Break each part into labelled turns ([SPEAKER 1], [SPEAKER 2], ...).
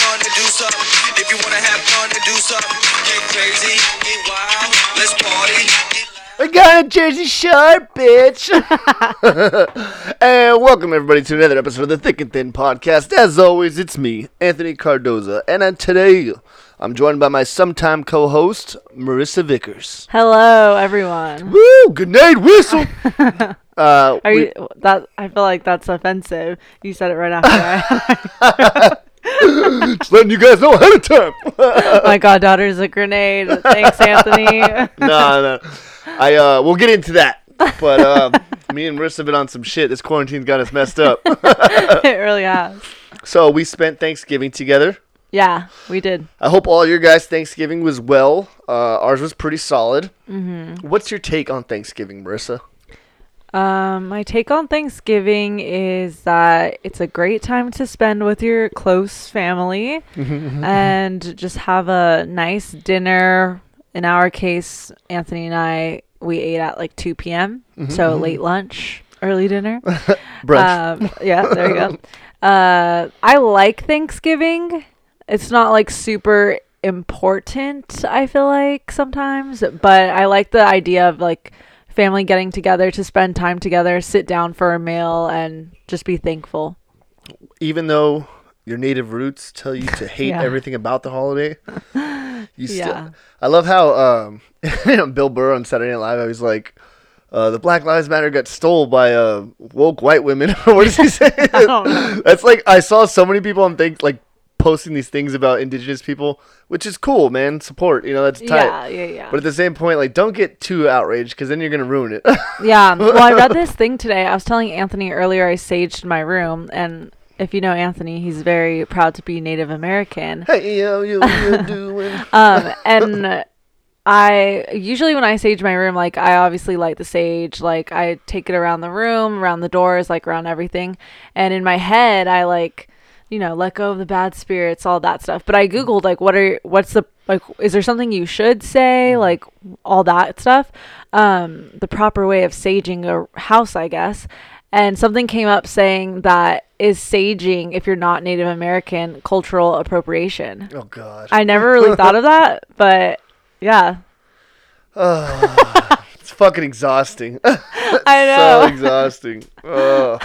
[SPEAKER 1] something. If you wanna have fun and do something, get crazy, get wild, let's party. Get
[SPEAKER 2] I got a Jersey Shore, bitch. and welcome everybody to another episode of the Thick and Thin podcast. As always, it's me, Anthony Cardoza, and on today I'm joined by my sometime co-host Marissa Vickers.
[SPEAKER 3] Hello, everyone.
[SPEAKER 2] Woo! Good night, whistle. uh,
[SPEAKER 3] Are
[SPEAKER 2] we-
[SPEAKER 3] you that? I feel like that's offensive. You said it right after.
[SPEAKER 2] just letting you guys know ahead of time.
[SPEAKER 3] I, my goddaughter's a grenade. Thanks, Anthony.
[SPEAKER 2] no, no. I uh, we'll get into that. But uh, me and Marissa have been on some shit. This quarantine's got us messed up.
[SPEAKER 3] it really has.
[SPEAKER 2] so we spent Thanksgiving together.
[SPEAKER 3] Yeah, we did.
[SPEAKER 2] I hope all your guys' Thanksgiving was well. Uh, ours was pretty solid. Mm-hmm. What's your take on Thanksgiving, Marissa?
[SPEAKER 3] Um, my take on Thanksgiving is that it's a great time to spend with your close family and just have a nice dinner. In our case, Anthony and I, we ate at like 2 p.m., so late lunch, early dinner.
[SPEAKER 2] Brunch.
[SPEAKER 3] Um, yeah, there you go. Uh, I like Thanksgiving. It's not like super important. I feel like sometimes, but I like the idea of like family getting together to spend time together, sit down for a meal, and just be thankful.
[SPEAKER 2] Even though your native roots tell you to hate
[SPEAKER 3] Yeah.
[SPEAKER 2] everything about the holiday, you still.
[SPEAKER 3] Yeah.
[SPEAKER 2] I love how um, you know, Bill Burr on Saturday Night Live. I was like, uh, "The Black Lives Matter got stole by uh, woke white women." what does he say?
[SPEAKER 3] don't know.
[SPEAKER 2] That's like I saw so many people on think like posting these things about indigenous people, which is cool, man. Support, you know, that's tight.
[SPEAKER 3] Yeah, yeah, yeah.
[SPEAKER 2] But at the same point, like, don't get too outraged because then you're gonna ruin it.
[SPEAKER 3] yeah. Well, I read this thing today. I was telling Anthony earlier I saged my room, and if you know Anthony, he's very proud to be Native American.
[SPEAKER 2] hey, yo, you, you doing?
[SPEAKER 3] um, and I usually when I sage my room, like I obviously light the sage, like I take it around the room, around the doors, like around everything. And in my head, I like, you know, let go of the bad spirits, all that stuff. But I googled like, what are what's the like? Is there something you should say? Like all that stuff. Um, the proper way of saging a house, I guess. And something came up saying that is saging if you're not Native American cultural appropriation.
[SPEAKER 2] Oh God.
[SPEAKER 3] I never really thought of that, but yeah,
[SPEAKER 2] It's fucking exhausting.
[SPEAKER 3] I
[SPEAKER 2] so
[SPEAKER 3] know.
[SPEAKER 2] exhausting. Ugh.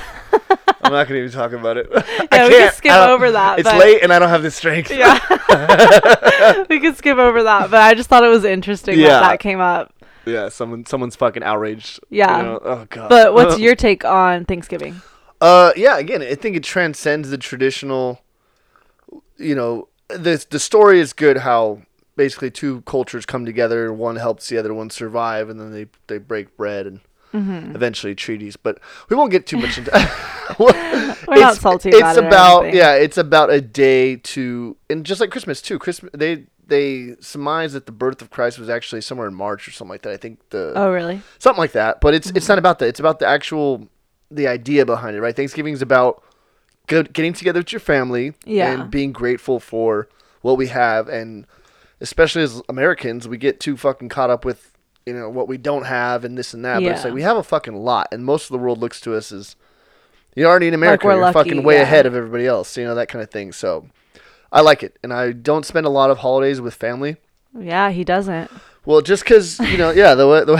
[SPEAKER 2] I'm not gonna even talk about it. I
[SPEAKER 3] Yeah, we can
[SPEAKER 2] can't.
[SPEAKER 3] skip
[SPEAKER 2] I don't-
[SPEAKER 3] over that,
[SPEAKER 2] It's
[SPEAKER 3] but-
[SPEAKER 2] late and I don't have the strength.
[SPEAKER 3] yeah, we could skip over that, but I just thought it was interesting
[SPEAKER 2] Yeah.
[SPEAKER 3] that that came up.
[SPEAKER 2] Yeah, someone someone's fucking outraged. you
[SPEAKER 3] Yeah.
[SPEAKER 2] know? Oh god.
[SPEAKER 3] But what's your take on Thanksgiving?
[SPEAKER 2] Uh, yeah. Again, I think it transcends the traditional. You know, the the story is good. How basically two cultures come together, one helps the other one survive, and then they they break bread and
[SPEAKER 3] Mm-hmm.
[SPEAKER 2] eventually treaties. But we won't get too much into. We're
[SPEAKER 3] We're not salty
[SPEAKER 2] It's
[SPEAKER 3] about it or
[SPEAKER 2] about
[SPEAKER 3] anything.
[SPEAKER 2] yeah, it's about a day to and just like Christmas too. Christmas they they surmise that the birth of Christ was actually somewhere in March or something like that. I think the
[SPEAKER 3] Oh, really?
[SPEAKER 2] something like that. But it's
[SPEAKER 3] Mm-hmm.
[SPEAKER 2] it's not about that. It's about the actual the idea behind it, right? Thanksgiving is about good, getting together with your family
[SPEAKER 3] Yeah.
[SPEAKER 2] and being grateful for what we have, and especially as Americans, we get too fucking caught up with you know what we don't have and this and that. But it's
[SPEAKER 3] Yeah.
[SPEAKER 2] like we have a fucking lot, and most of the world looks to us as you're already in America.
[SPEAKER 3] we're
[SPEAKER 2] you're
[SPEAKER 3] lucky,
[SPEAKER 2] fucking way
[SPEAKER 3] yeah.
[SPEAKER 2] ahead of everybody else, you know that kind of thing. So. I like it, and I don't spend a lot of holidays with family.
[SPEAKER 3] Yeah, he doesn't.
[SPEAKER 2] Well, just because you know, yeah, the way, the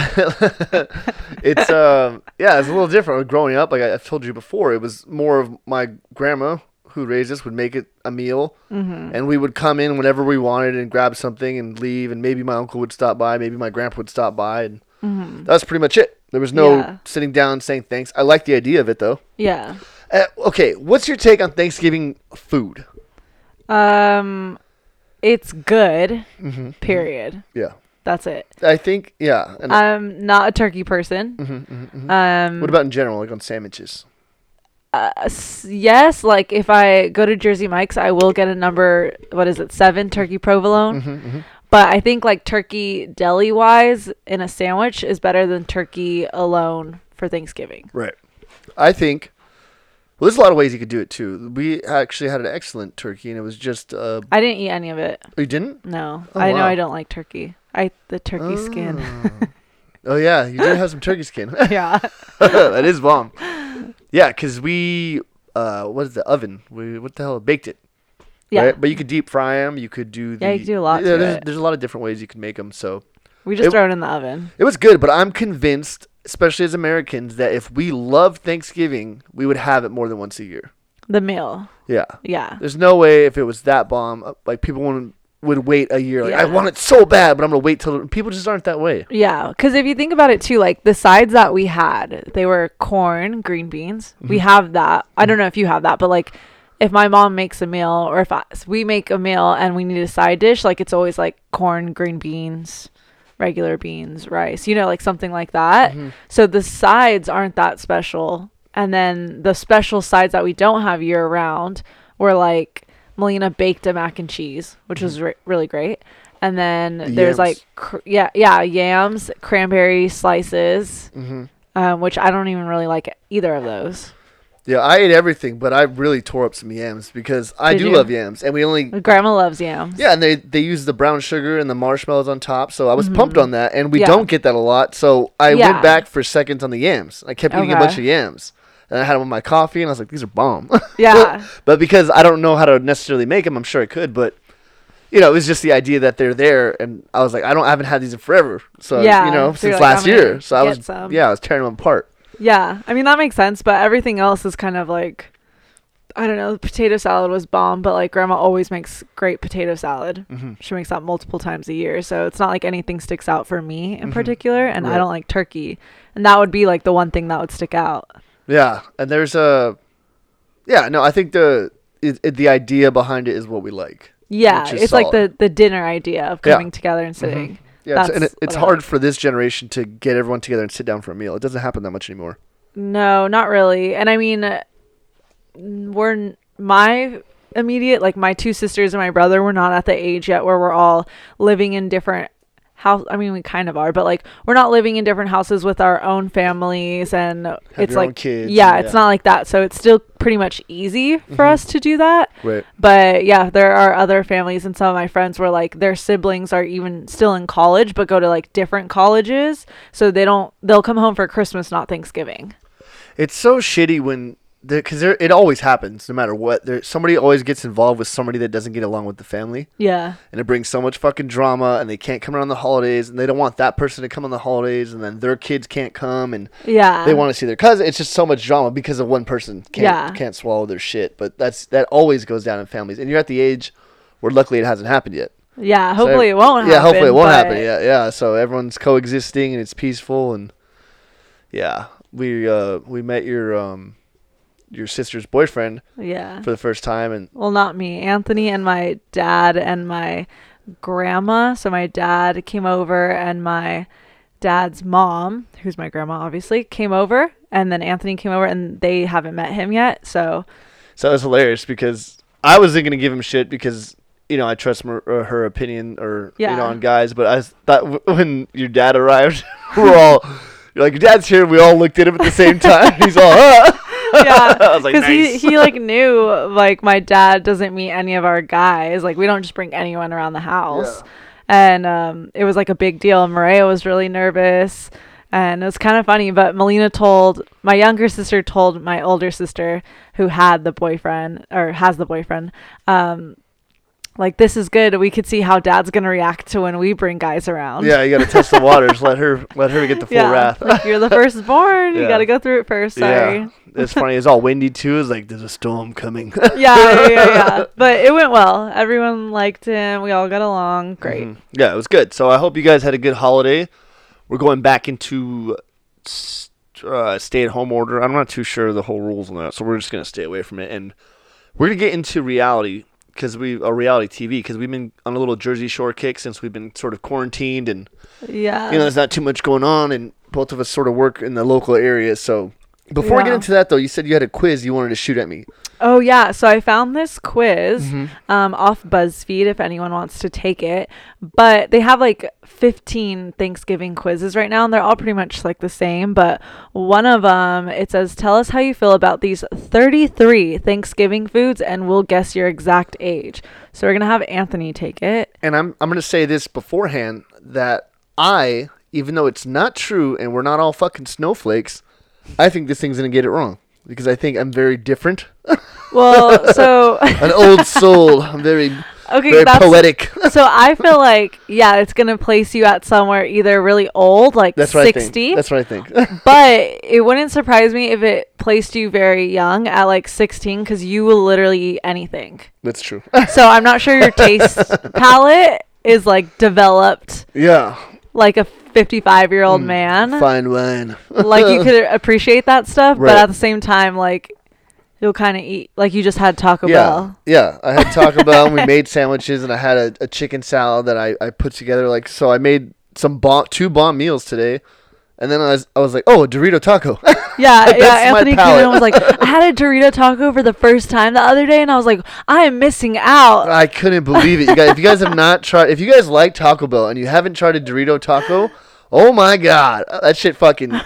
[SPEAKER 2] way it's um, yeah, it's a little different. Growing up, like I, I've told you before, it was more of my grandma who raised us would make it a meal, and we would come in whenever we wanted and grab something and leave, and maybe my uncle would stop by, maybe my grandpa would stop by, and that's pretty much it. There was no
[SPEAKER 3] Yeah.
[SPEAKER 2] sitting down saying thanks. I like the idea of it though.
[SPEAKER 3] Yeah.
[SPEAKER 2] Uh, okay, what's your take on Thanksgiving food?
[SPEAKER 3] Um, it's good.
[SPEAKER 2] Mm-hmm,
[SPEAKER 3] Period.
[SPEAKER 2] Yeah,
[SPEAKER 3] That's it.
[SPEAKER 2] I think yeah.
[SPEAKER 3] Um,
[SPEAKER 2] And
[SPEAKER 3] I'm not a turkey person.
[SPEAKER 2] Mm-hmm,
[SPEAKER 3] Um,
[SPEAKER 2] what about in general, like on sandwiches?
[SPEAKER 3] Uh, s- yes, like if I go to Jersey Mike's, I will get a number. What is it? Seven turkey provolone.
[SPEAKER 2] Mm-hmm,
[SPEAKER 3] But I think like turkey deli wise in a sandwich is better than turkey alone for Thanksgiving.
[SPEAKER 2] Right. I think. Well, there's a lot of ways you could do it too. We actually had an excellent turkey, and it was just. Uh,
[SPEAKER 3] I didn't eat any of it.
[SPEAKER 2] you didn't?
[SPEAKER 3] No,
[SPEAKER 2] Oh,
[SPEAKER 3] I know
[SPEAKER 2] wow.
[SPEAKER 3] I don't like turkey. I the turkey skin.
[SPEAKER 2] Oh yeah, you did have some turkey skin.
[SPEAKER 3] yeah,
[SPEAKER 2] that is bomb. Yeah, because we. Uh, what is the oven? We what the hell baked it,
[SPEAKER 3] Yeah.
[SPEAKER 2] Right? But you could deep fry them. You could do the
[SPEAKER 3] Yeah, you could do a lot
[SPEAKER 2] Yeah,
[SPEAKER 3] to
[SPEAKER 2] there's,
[SPEAKER 3] it.
[SPEAKER 2] there's a lot of different ways you can make them. So
[SPEAKER 3] We just
[SPEAKER 2] It-
[SPEAKER 3] throw it in the oven.
[SPEAKER 2] it was good, but I'm convinced, especially as Americans, that if we love Thanksgiving, we would have it more than once a year.
[SPEAKER 3] The meal.
[SPEAKER 2] Yeah.
[SPEAKER 3] Yeah.
[SPEAKER 2] There's no way if it was that bomb, uh, like people wouldn't would wait a year. Like I
[SPEAKER 3] Yeah.
[SPEAKER 2] want it so bad, but I'm gonna wait till people just aren't that way.
[SPEAKER 3] Yeah, because if you think about it too, like the sides that we had, they were corn, green beans. We have that. I don't know if you have that, but like if my mom makes a meal or if I, we make a meal and we need a side dish, like it's always like corn, green beans, regular beans, rice, you know, like something like that. So the sides aren't that special. And then the special sides that we don't have year round were like Melina baked a mac and cheese, which was re- really great. And then
[SPEAKER 2] Yams.
[SPEAKER 3] there's like cr- yeah, yeah, yams, cranberry slices, um, which I don't even really like either of those.
[SPEAKER 2] Yeah, I ate everything, but I really tore up some yams because I
[SPEAKER 3] Did
[SPEAKER 2] do
[SPEAKER 3] you?
[SPEAKER 2] love yams, and we only
[SPEAKER 3] Grandma loves yams.
[SPEAKER 2] yeah, and they they use the brown sugar and the marshmallows on top, so I was pumped on that, and we
[SPEAKER 3] Mm-hmm. Yeah.
[SPEAKER 2] don't get that a lot, so I went
[SPEAKER 3] Yeah.
[SPEAKER 2] back for seconds on the yams. I kept eating a bunch
[SPEAKER 3] Okay.
[SPEAKER 2] of yams, and I had them with my coffee, and I was like, these are bomb.
[SPEAKER 3] Yeah.
[SPEAKER 2] but because I don't know how to necessarily make them, I'm sure I could, but. You know, it was just the idea that they're there, and I was like, I don't, I haven't had these in forever. So
[SPEAKER 3] Yeah,
[SPEAKER 2] you know,
[SPEAKER 3] so
[SPEAKER 2] since
[SPEAKER 3] you're like,
[SPEAKER 2] last
[SPEAKER 3] I'm gonna
[SPEAKER 2] year, so I
[SPEAKER 3] get
[SPEAKER 2] was,
[SPEAKER 3] some.
[SPEAKER 2] yeah, I was tearing them apart.
[SPEAKER 3] Yeah, I mean that makes sense, but everything else is kind of like I don't know, the potato salad was bomb, but like grandma always makes great potato salad.
[SPEAKER 2] Mm-hmm.
[SPEAKER 3] She makes that multiple times a year, so it's not like anything sticks out for me in particular and
[SPEAKER 2] Mm-hmm. Right.
[SPEAKER 3] I don't like turkey. And that would be like the one thing that would stick out.
[SPEAKER 2] Yeah, and there's a, yeah, no, I think the it, it, the idea behind it is what we like.
[SPEAKER 3] Yeah,
[SPEAKER 2] Which is
[SPEAKER 3] it's like the the dinner idea of
[SPEAKER 2] Yeah. Mm-hmm.
[SPEAKER 3] coming together and sitting.
[SPEAKER 2] Yeah, it's,
[SPEAKER 3] That's
[SPEAKER 2] and it, it's
[SPEAKER 3] what I
[SPEAKER 2] hard
[SPEAKER 3] like.
[SPEAKER 2] for this generation to get everyone together and sit down for a meal. It doesn't happen that much anymore.
[SPEAKER 3] No, not really. And I mean, uh, n- we're n- my immediate like my two sisters and my brother were not at the age yet where we're all living in different house I mean we kind of are but like we're not living in different houses with our own families and it's
[SPEAKER 2] your own
[SPEAKER 3] like
[SPEAKER 2] kids
[SPEAKER 3] yeah
[SPEAKER 2] and-
[SPEAKER 3] it's
[SPEAKER 2] yeah. Mm-hmm.
[SPEAKER 3] not like that so it's still pretty much easy for us to do that
[SPEAKER 2] Right.
[SPEAKER 3] but yeah there are other families and some of my friends where like their siblings are even still in college but go to like different colleges so they don't they'll come home for Christmas not Thanksgiving
[SPEAKER 2] It's so shitty when because there it always happens no matter what. There somebody always gets involved with somebody that doesn't get along with the family,
[SPEAKER 3] Yeah.
[SPEAKER 2] and it brings so much fucking drama. And they can't come around the holidays, and they don't want that person to come on the holidays, and then their kids can't come, and
[SPEAKER 3] Yeah.
[SPEAKER 2] they want to see their cousin. It's just so much drama because of one person can't
[SPEAKER 3] Yeah.
[SPEAKER 2] can't swallow their shit. But that's that always goes down in families, and you're at the age where luckily it hasn't happened yet.
[SPEAKER 3] Yeah.
[SPEAKER 2] So
[SPEAKER 3] Hopefully
[SPEAKER 2] ev-
[SPEAKER 3] it won't happen.
[SPEAKER 2] Yeah, hopefully it won't
[SPEAKER 3] but-
[SPEAKER 2] happen. Yeah, yeah. So everyone's coexisting and it's peaceful and yeah, we uh we met your um your sister's boyfriend
[SPEAKER 3] Yeah.
[SPEAKER 2] for the first time and
[SPEAKER 3] Well, not me. Anthony and my dad and my grandma. So my dad came over and my dad's mom, who's my grandma obviously, came over and then Anthony came over and they haven't met him yet. So
[SPEAKER 2] so it was hilarious because I wasn't gonna give him shit because you know I trust her, uh, her opinion or you
[SPEAKER 3] Yeah.
[SPEAKER 2] know on guys, but I s- thought w- when your dad arrived, we're all. You're like, your dad's here. We all looked at him at the same time. He's all, huh?
[SPEAKER 3] yeah.
[SPEAKER 2] I was like,
[SPEAKER 3] Because he,
[SPEAKER 2] nice.
[SPEAKER 3] he like knew like my dad doesn't meet any of our guys. Like we don't just bring anyone around the house. And um, it was like a big deal. Maria was really nervous, and it was kind of funny. But Melina told my younger sister told my older sister who had the boyfriend or has the boyfriend. Um, like this is good. We could see how dad's gonna react to when we bring guys around.
[SPEAKER 2] Yeah, you gotta test the waters. Let her, let her get the full wrath.
[SPEAKER 3] like you're the firstborn.
[SPEAKER 2] Yeah.
[SPEAKER 3] You gotta go through it first. Sorry.
[SPEAKER 2] Yeah. It's funny. It's all windy too. It's like there's a storm coming.
[SPEAKER 3] yeah, yeah, yeah, yeah. But it went well. Everyone liked him. We all got along. Great.
[SPEAKER 2] Mm-hmm. yeah, it was good. So I hope you guys had a good holiday. We're going back into s- uh, stay-at-home order. I'm not too sure of the whole rules on that, so we're just gonna stay away from it. And we're gonna get into reality because we a reality TV because we've been on a little Jersey Shore kick since we've been sort of quarantined and
[SPEAKER 3] Yeah.
[SPEAKER 2] you know, there's not too much going on, and both of us sort of work in the local area. So, before we get
[SPEAKER 3] Yeah.
[SPEAKER 2] into that, though, you said you had a quiz you wanted to shoot at me.
[SPEAKER 3] oh yeah. So I found this quiz
[SPEAKER 2] Mm-hmm.
[SPEAKER 3] um, off BuzzFeed if anyone wants to take it. But they have like 15 Thanksgiving quizzes right now, and they're all pretty much like the same. But one of them it says, "Tell us how you feel about these 33 Thanksgiving foods, and we'll guess your exact age." So we're gonna have Anthony take it.
[SPEAKER 2] and I'm I'm gonna say this beforehand that I, even though it's not true and we're not all fucking snowflakes, I think this thing's gonna get it wrong. because I think I'm very different.
[SPEAKER 3] Well, so
[SPEAKER 2] An old soul. I'm very
[SPEAKER 3] okay,
[SPEAKER 2] very
[SPEAKER 3] that's
[SPEAKER 2] poetic.
[SPEAKER 3] so I feel like yeah, it's gonna place you at somewhere either really old, like
[SPEAKER 2] That's what I
[SPEAKER 3] sixty,
[SPEAKER 2] think. That's what I think.
[SPEAKER 3] but it wouldn't surprise me if it placed you very young at like sixteen, because you will literally eat anything.
[SPEAKER 2] That's true.
[SPEAKER 3] So I'm not sure your taste palette is like developed
[SPEAKER 2] yeah.
[SPEAKER 3] like a 55 year
[SPEAKER 2] Hmm.
[SPEAKER 3] old man.
[SPEAKER 2] Fine wine.
[SPEAKER 3] Like you could appreciate that stuff,
[SPEAKER 2] Right.
[SPEAKER 3] but at the same time, like you'll kind of eat like you just had Taco
[SPEAKER 2] Yeah,
[SPEAKER 3] Bell.
[SPEAKER 2] yeah. I had Taco Bell. and We made sandwiches, and I had a, a chicken salad that I, I put together. Like so, I made some bon- two bomb meals today, and then I was I was like, oh, a Dorito taco.
[SPEAKER 3] Yeah,
[SPEAKER 2] That's
[SPEAKER 3] yeah.
[SPEAKER 2] my
[SPEAKER 3] Anthony
[SPEAKER 2] palate.
[SPEAKER 3] Keenan was like, I had a Dorito taco for the first time the other day, and I was like, I am missing out.
[SPEAKER 2] I couldn't believe it, you guys. If you guys have not tried, if you guys like Taco Bell and you haven't tried a Dorito taco, oh my god, that shit fucking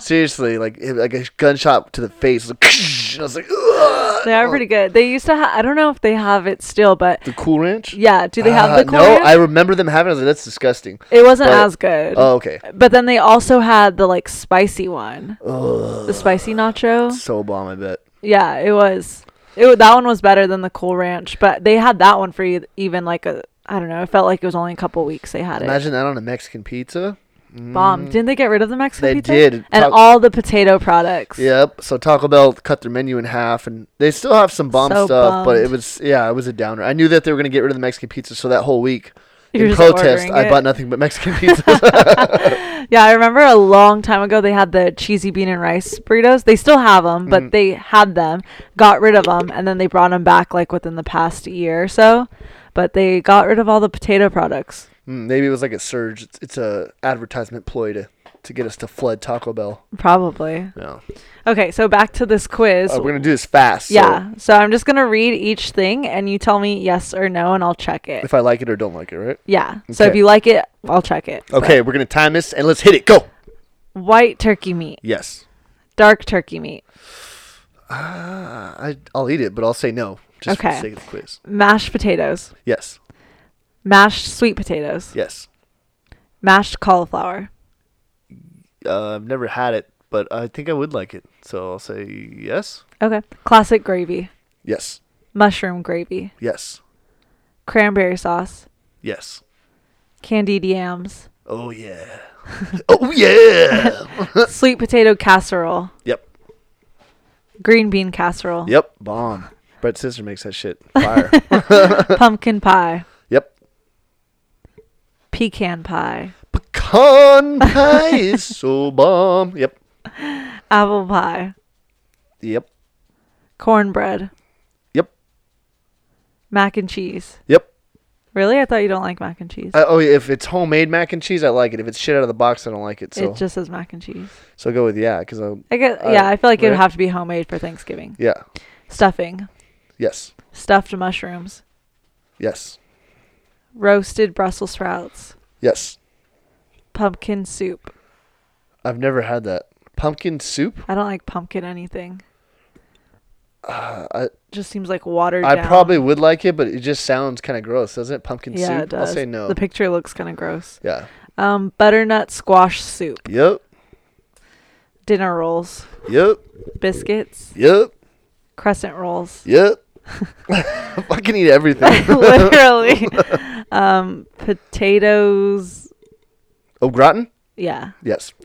[SPEAKER 2] seriously like it- like a gunshot to the face. Like, and I was like, Ugh!
[SPEAKER 3] They are pretty good. They used to. Ha- I don't know if they have it still, but
[SPEAKER 2] the Cool Ranch.
[SPEAKER 3] yeah. Do they have
[SPEAKER 2] Uh,
[SPEAKER 3] the corn?
[SPEAKER 2] no, I remember them having. it. I was like, that's disgusting.
[SPEAKER 3] it wasn't
[SPEAKER 2] but-
[SPEAKER 3] as good.
[SPEAKER 2] Oh, okay.
[SPEAKER 3] But then they also had the like spicy one, the spicy nacho.
[SPEAKER 2] So bomb, I bet.
[SPEAKER 3] Yeah, it was. It wa- that one was better than the Cool Ranch, but they had that one for e- even like a I don't know. It felt like it was only a couple weeks they had
[SPEAKER 2] Imagine that on a Mexican pizza. Mm,
[SPEAKER 3] it. Bomb! Didn't they get rid of the Mexican
[SPEAKER 2] They
[SPEAKER 3] pizza?
[SPEAKER 2] did.
[SPEAKER 3] And
[SPEAKER 2] Tac-
[SPEAKER 3] all the potato products.
[SPEAKER 2] Yep. So Taco Bell cut their menu in half, and they still have some bomb
[SPEAKER 3] So
[SPEAKER 2] stuff, but it
[SPEAKER 3] bummed.
[SPEAKER 2] was yeah, it was a downer. I knew that they were gonna get rid of the Mexican pizza, so that whole week
[SPEAKER 3] You're
[SPEAKER 2] in
[SPEAKER 3] just
[SPEAKER 2] protest,
[SPEAKER 3] ordering
[SPEAKER 2] I
[SPEAKER 3] it.
[SPEAKER 2] bought nothing but Mexican pizza.
[SPEAKER 3] Yeah, I remember a long time ago they had the cheesy bean and rice burritos. They still have them,
[SPEAKER 2] Mm-hmm.
[SPEAKER 3] but they had them, got rid of them, and then they brought them back like within the past year or so. But they got rid of all the potato products.
[SPEAKER 2] Mm, Maybe it was like a surge. It's, it's a advertisement ploy to to get us to flood Taco Bell.
[SPEAKER 3] Probably.
[SPEAKER 2] Yeah.
[SPEAKER 3] Okay, so back to this quiz.
[SPEAKER 2] Uh, we're gonna do this fast. so
[SPEAKER 3] yeah. So I'm just going to read each thing and you tell me yes or no and I'll check it.
[SPEAKER 2] if I like it or don't like it, right?
[SPEAKER 3] Yeah. So if
[SPEAKER 2] Okay.
[SPEAKER 3] you like it, I'll check it.
[SPEAKER 2] Okay, we're gonna time this and let's hit it. Go.
[SPEAKER 3] White turkey meat,
[SPEAKER 2] Yes.
[SPEAKER 3] dark turkey meat,
[SPEAKER 2] Ah, I I'll eat it, but I'll say no just for the
[SPEAKER 3] Okay.
[SPEAKER 2] sake of the quiz.
[SPEAKER 3] mashed potatoes,
[SPEAKER 2] Yes.
[SPEAKER 3] mashed sweet potatoes,
[SPEAKER 2] Yes.
[SPEAKER 3] mashed cauliflower,
[SPEAKER 2] Uh, I've never had it, but I think I would like it. So I'll say yes.
[SPEAKER 3] Okay. Classic gravy,
[SPEAKER 2] Yes.
[SPEAKER 3] mushroom gravy,
[SPEAKER 2] Yes.
[SPEAKER 3] cranberry sauce,
[SPEAKER 2] Yes.
[SPEAKER 3] candied yams,
[SPEAKER 2] Oh yeah. oh yeah.
[SPEAKER 3] sweet potato casserole,
[SPEAKER 2] yep.
[SPEAKER 3] green bean casserole,
[SPEAKER 2] Yep. Bomb. Brett's sister makes that shit fire.
[SPEAKER 3] pumpkin pie,
[SPEAKER 2] yep.
[SPEAKER 3] pecan pie,
[SPEAKER 2] Pecan pie is so bomb. Yep.
[SPEAKER 3] apple pie,
[SPEAKER 2] Yep.
[SPEAKER 3] cornbread,
[SPEAKER 2] Yep.
[SPEAKER 3] mac and cheese.
[SPEAKER 2] Yep.
[SPEAKER 3] Really? I thought you don't like mac and cheese.
[SPEAKER 2] Uh, oh, yeah, if it's homemade mac and cheese, I like it. If it's shit out of the box, I don't like it. So,
[SPEAKER 3] It just says mac and cheese.
[SPEAKER 2] so go with yeah, because I'm
[SPEAKER 3] I guess,
[SPEAKER 2] Uh,
[SPEAKER 3] yeah, I feel like it would
[SPEAKER 2] right.
[SPEAKER 3] have to be homemade for Thanksgiving.
[SPEAKER 2] yeah,
[SPEAKER 3] Stuffing,
[SPEAKER 2] yes,
[SPEAKER 3] stuffed mushrooms,
[SPEAKER 2] yes,
[SPEAKER 3] roasted Brussels sprouts,
[SPEAKER 2] yes.
[SPEAKER 3] pumpkin soup.
[SPEAKER 2] I've never had that pumpkin soup.
[SPEAKER 3] I don't like pumpkin anything.
[SPEAKER 2] Uh, I
[SPEAKER 3] Just seems like watered
[SPEAKER 2] I
[SPEAKER 3] down.
[SPEAKER 2] probably would like it, but it just sounds kind of gross, doesn't it? Pumpkin
[SPEAKER 3] Yeah,
[SPEAKER 2] soup.
[SPEAKER 3] it does.
[SPEAKER 2] I'll say no.
[SPEAKER 3] The picture looks kind of gross.
[SPEAKER 2] yeah.
[SPEAKER 3] Um, butternut squash soup,
[SPEAKER 2] Yep.
[SPEAKER 3] dinner rolls,
[SPEAKER 2] Yep.
[SPEAKER 3] biscuits,
[SPEAKER 2] Yep.
[SPEAKER 3] crescent rolls,
[SPEAKER 2] Yep. Fucking eat everything.
[SPEAKER 3] literally, um, potatoes.
[SPEAKER 2] Oh, gratin?
[SPEAKER 3] Yeah,
[SPEAKER 2] Yes.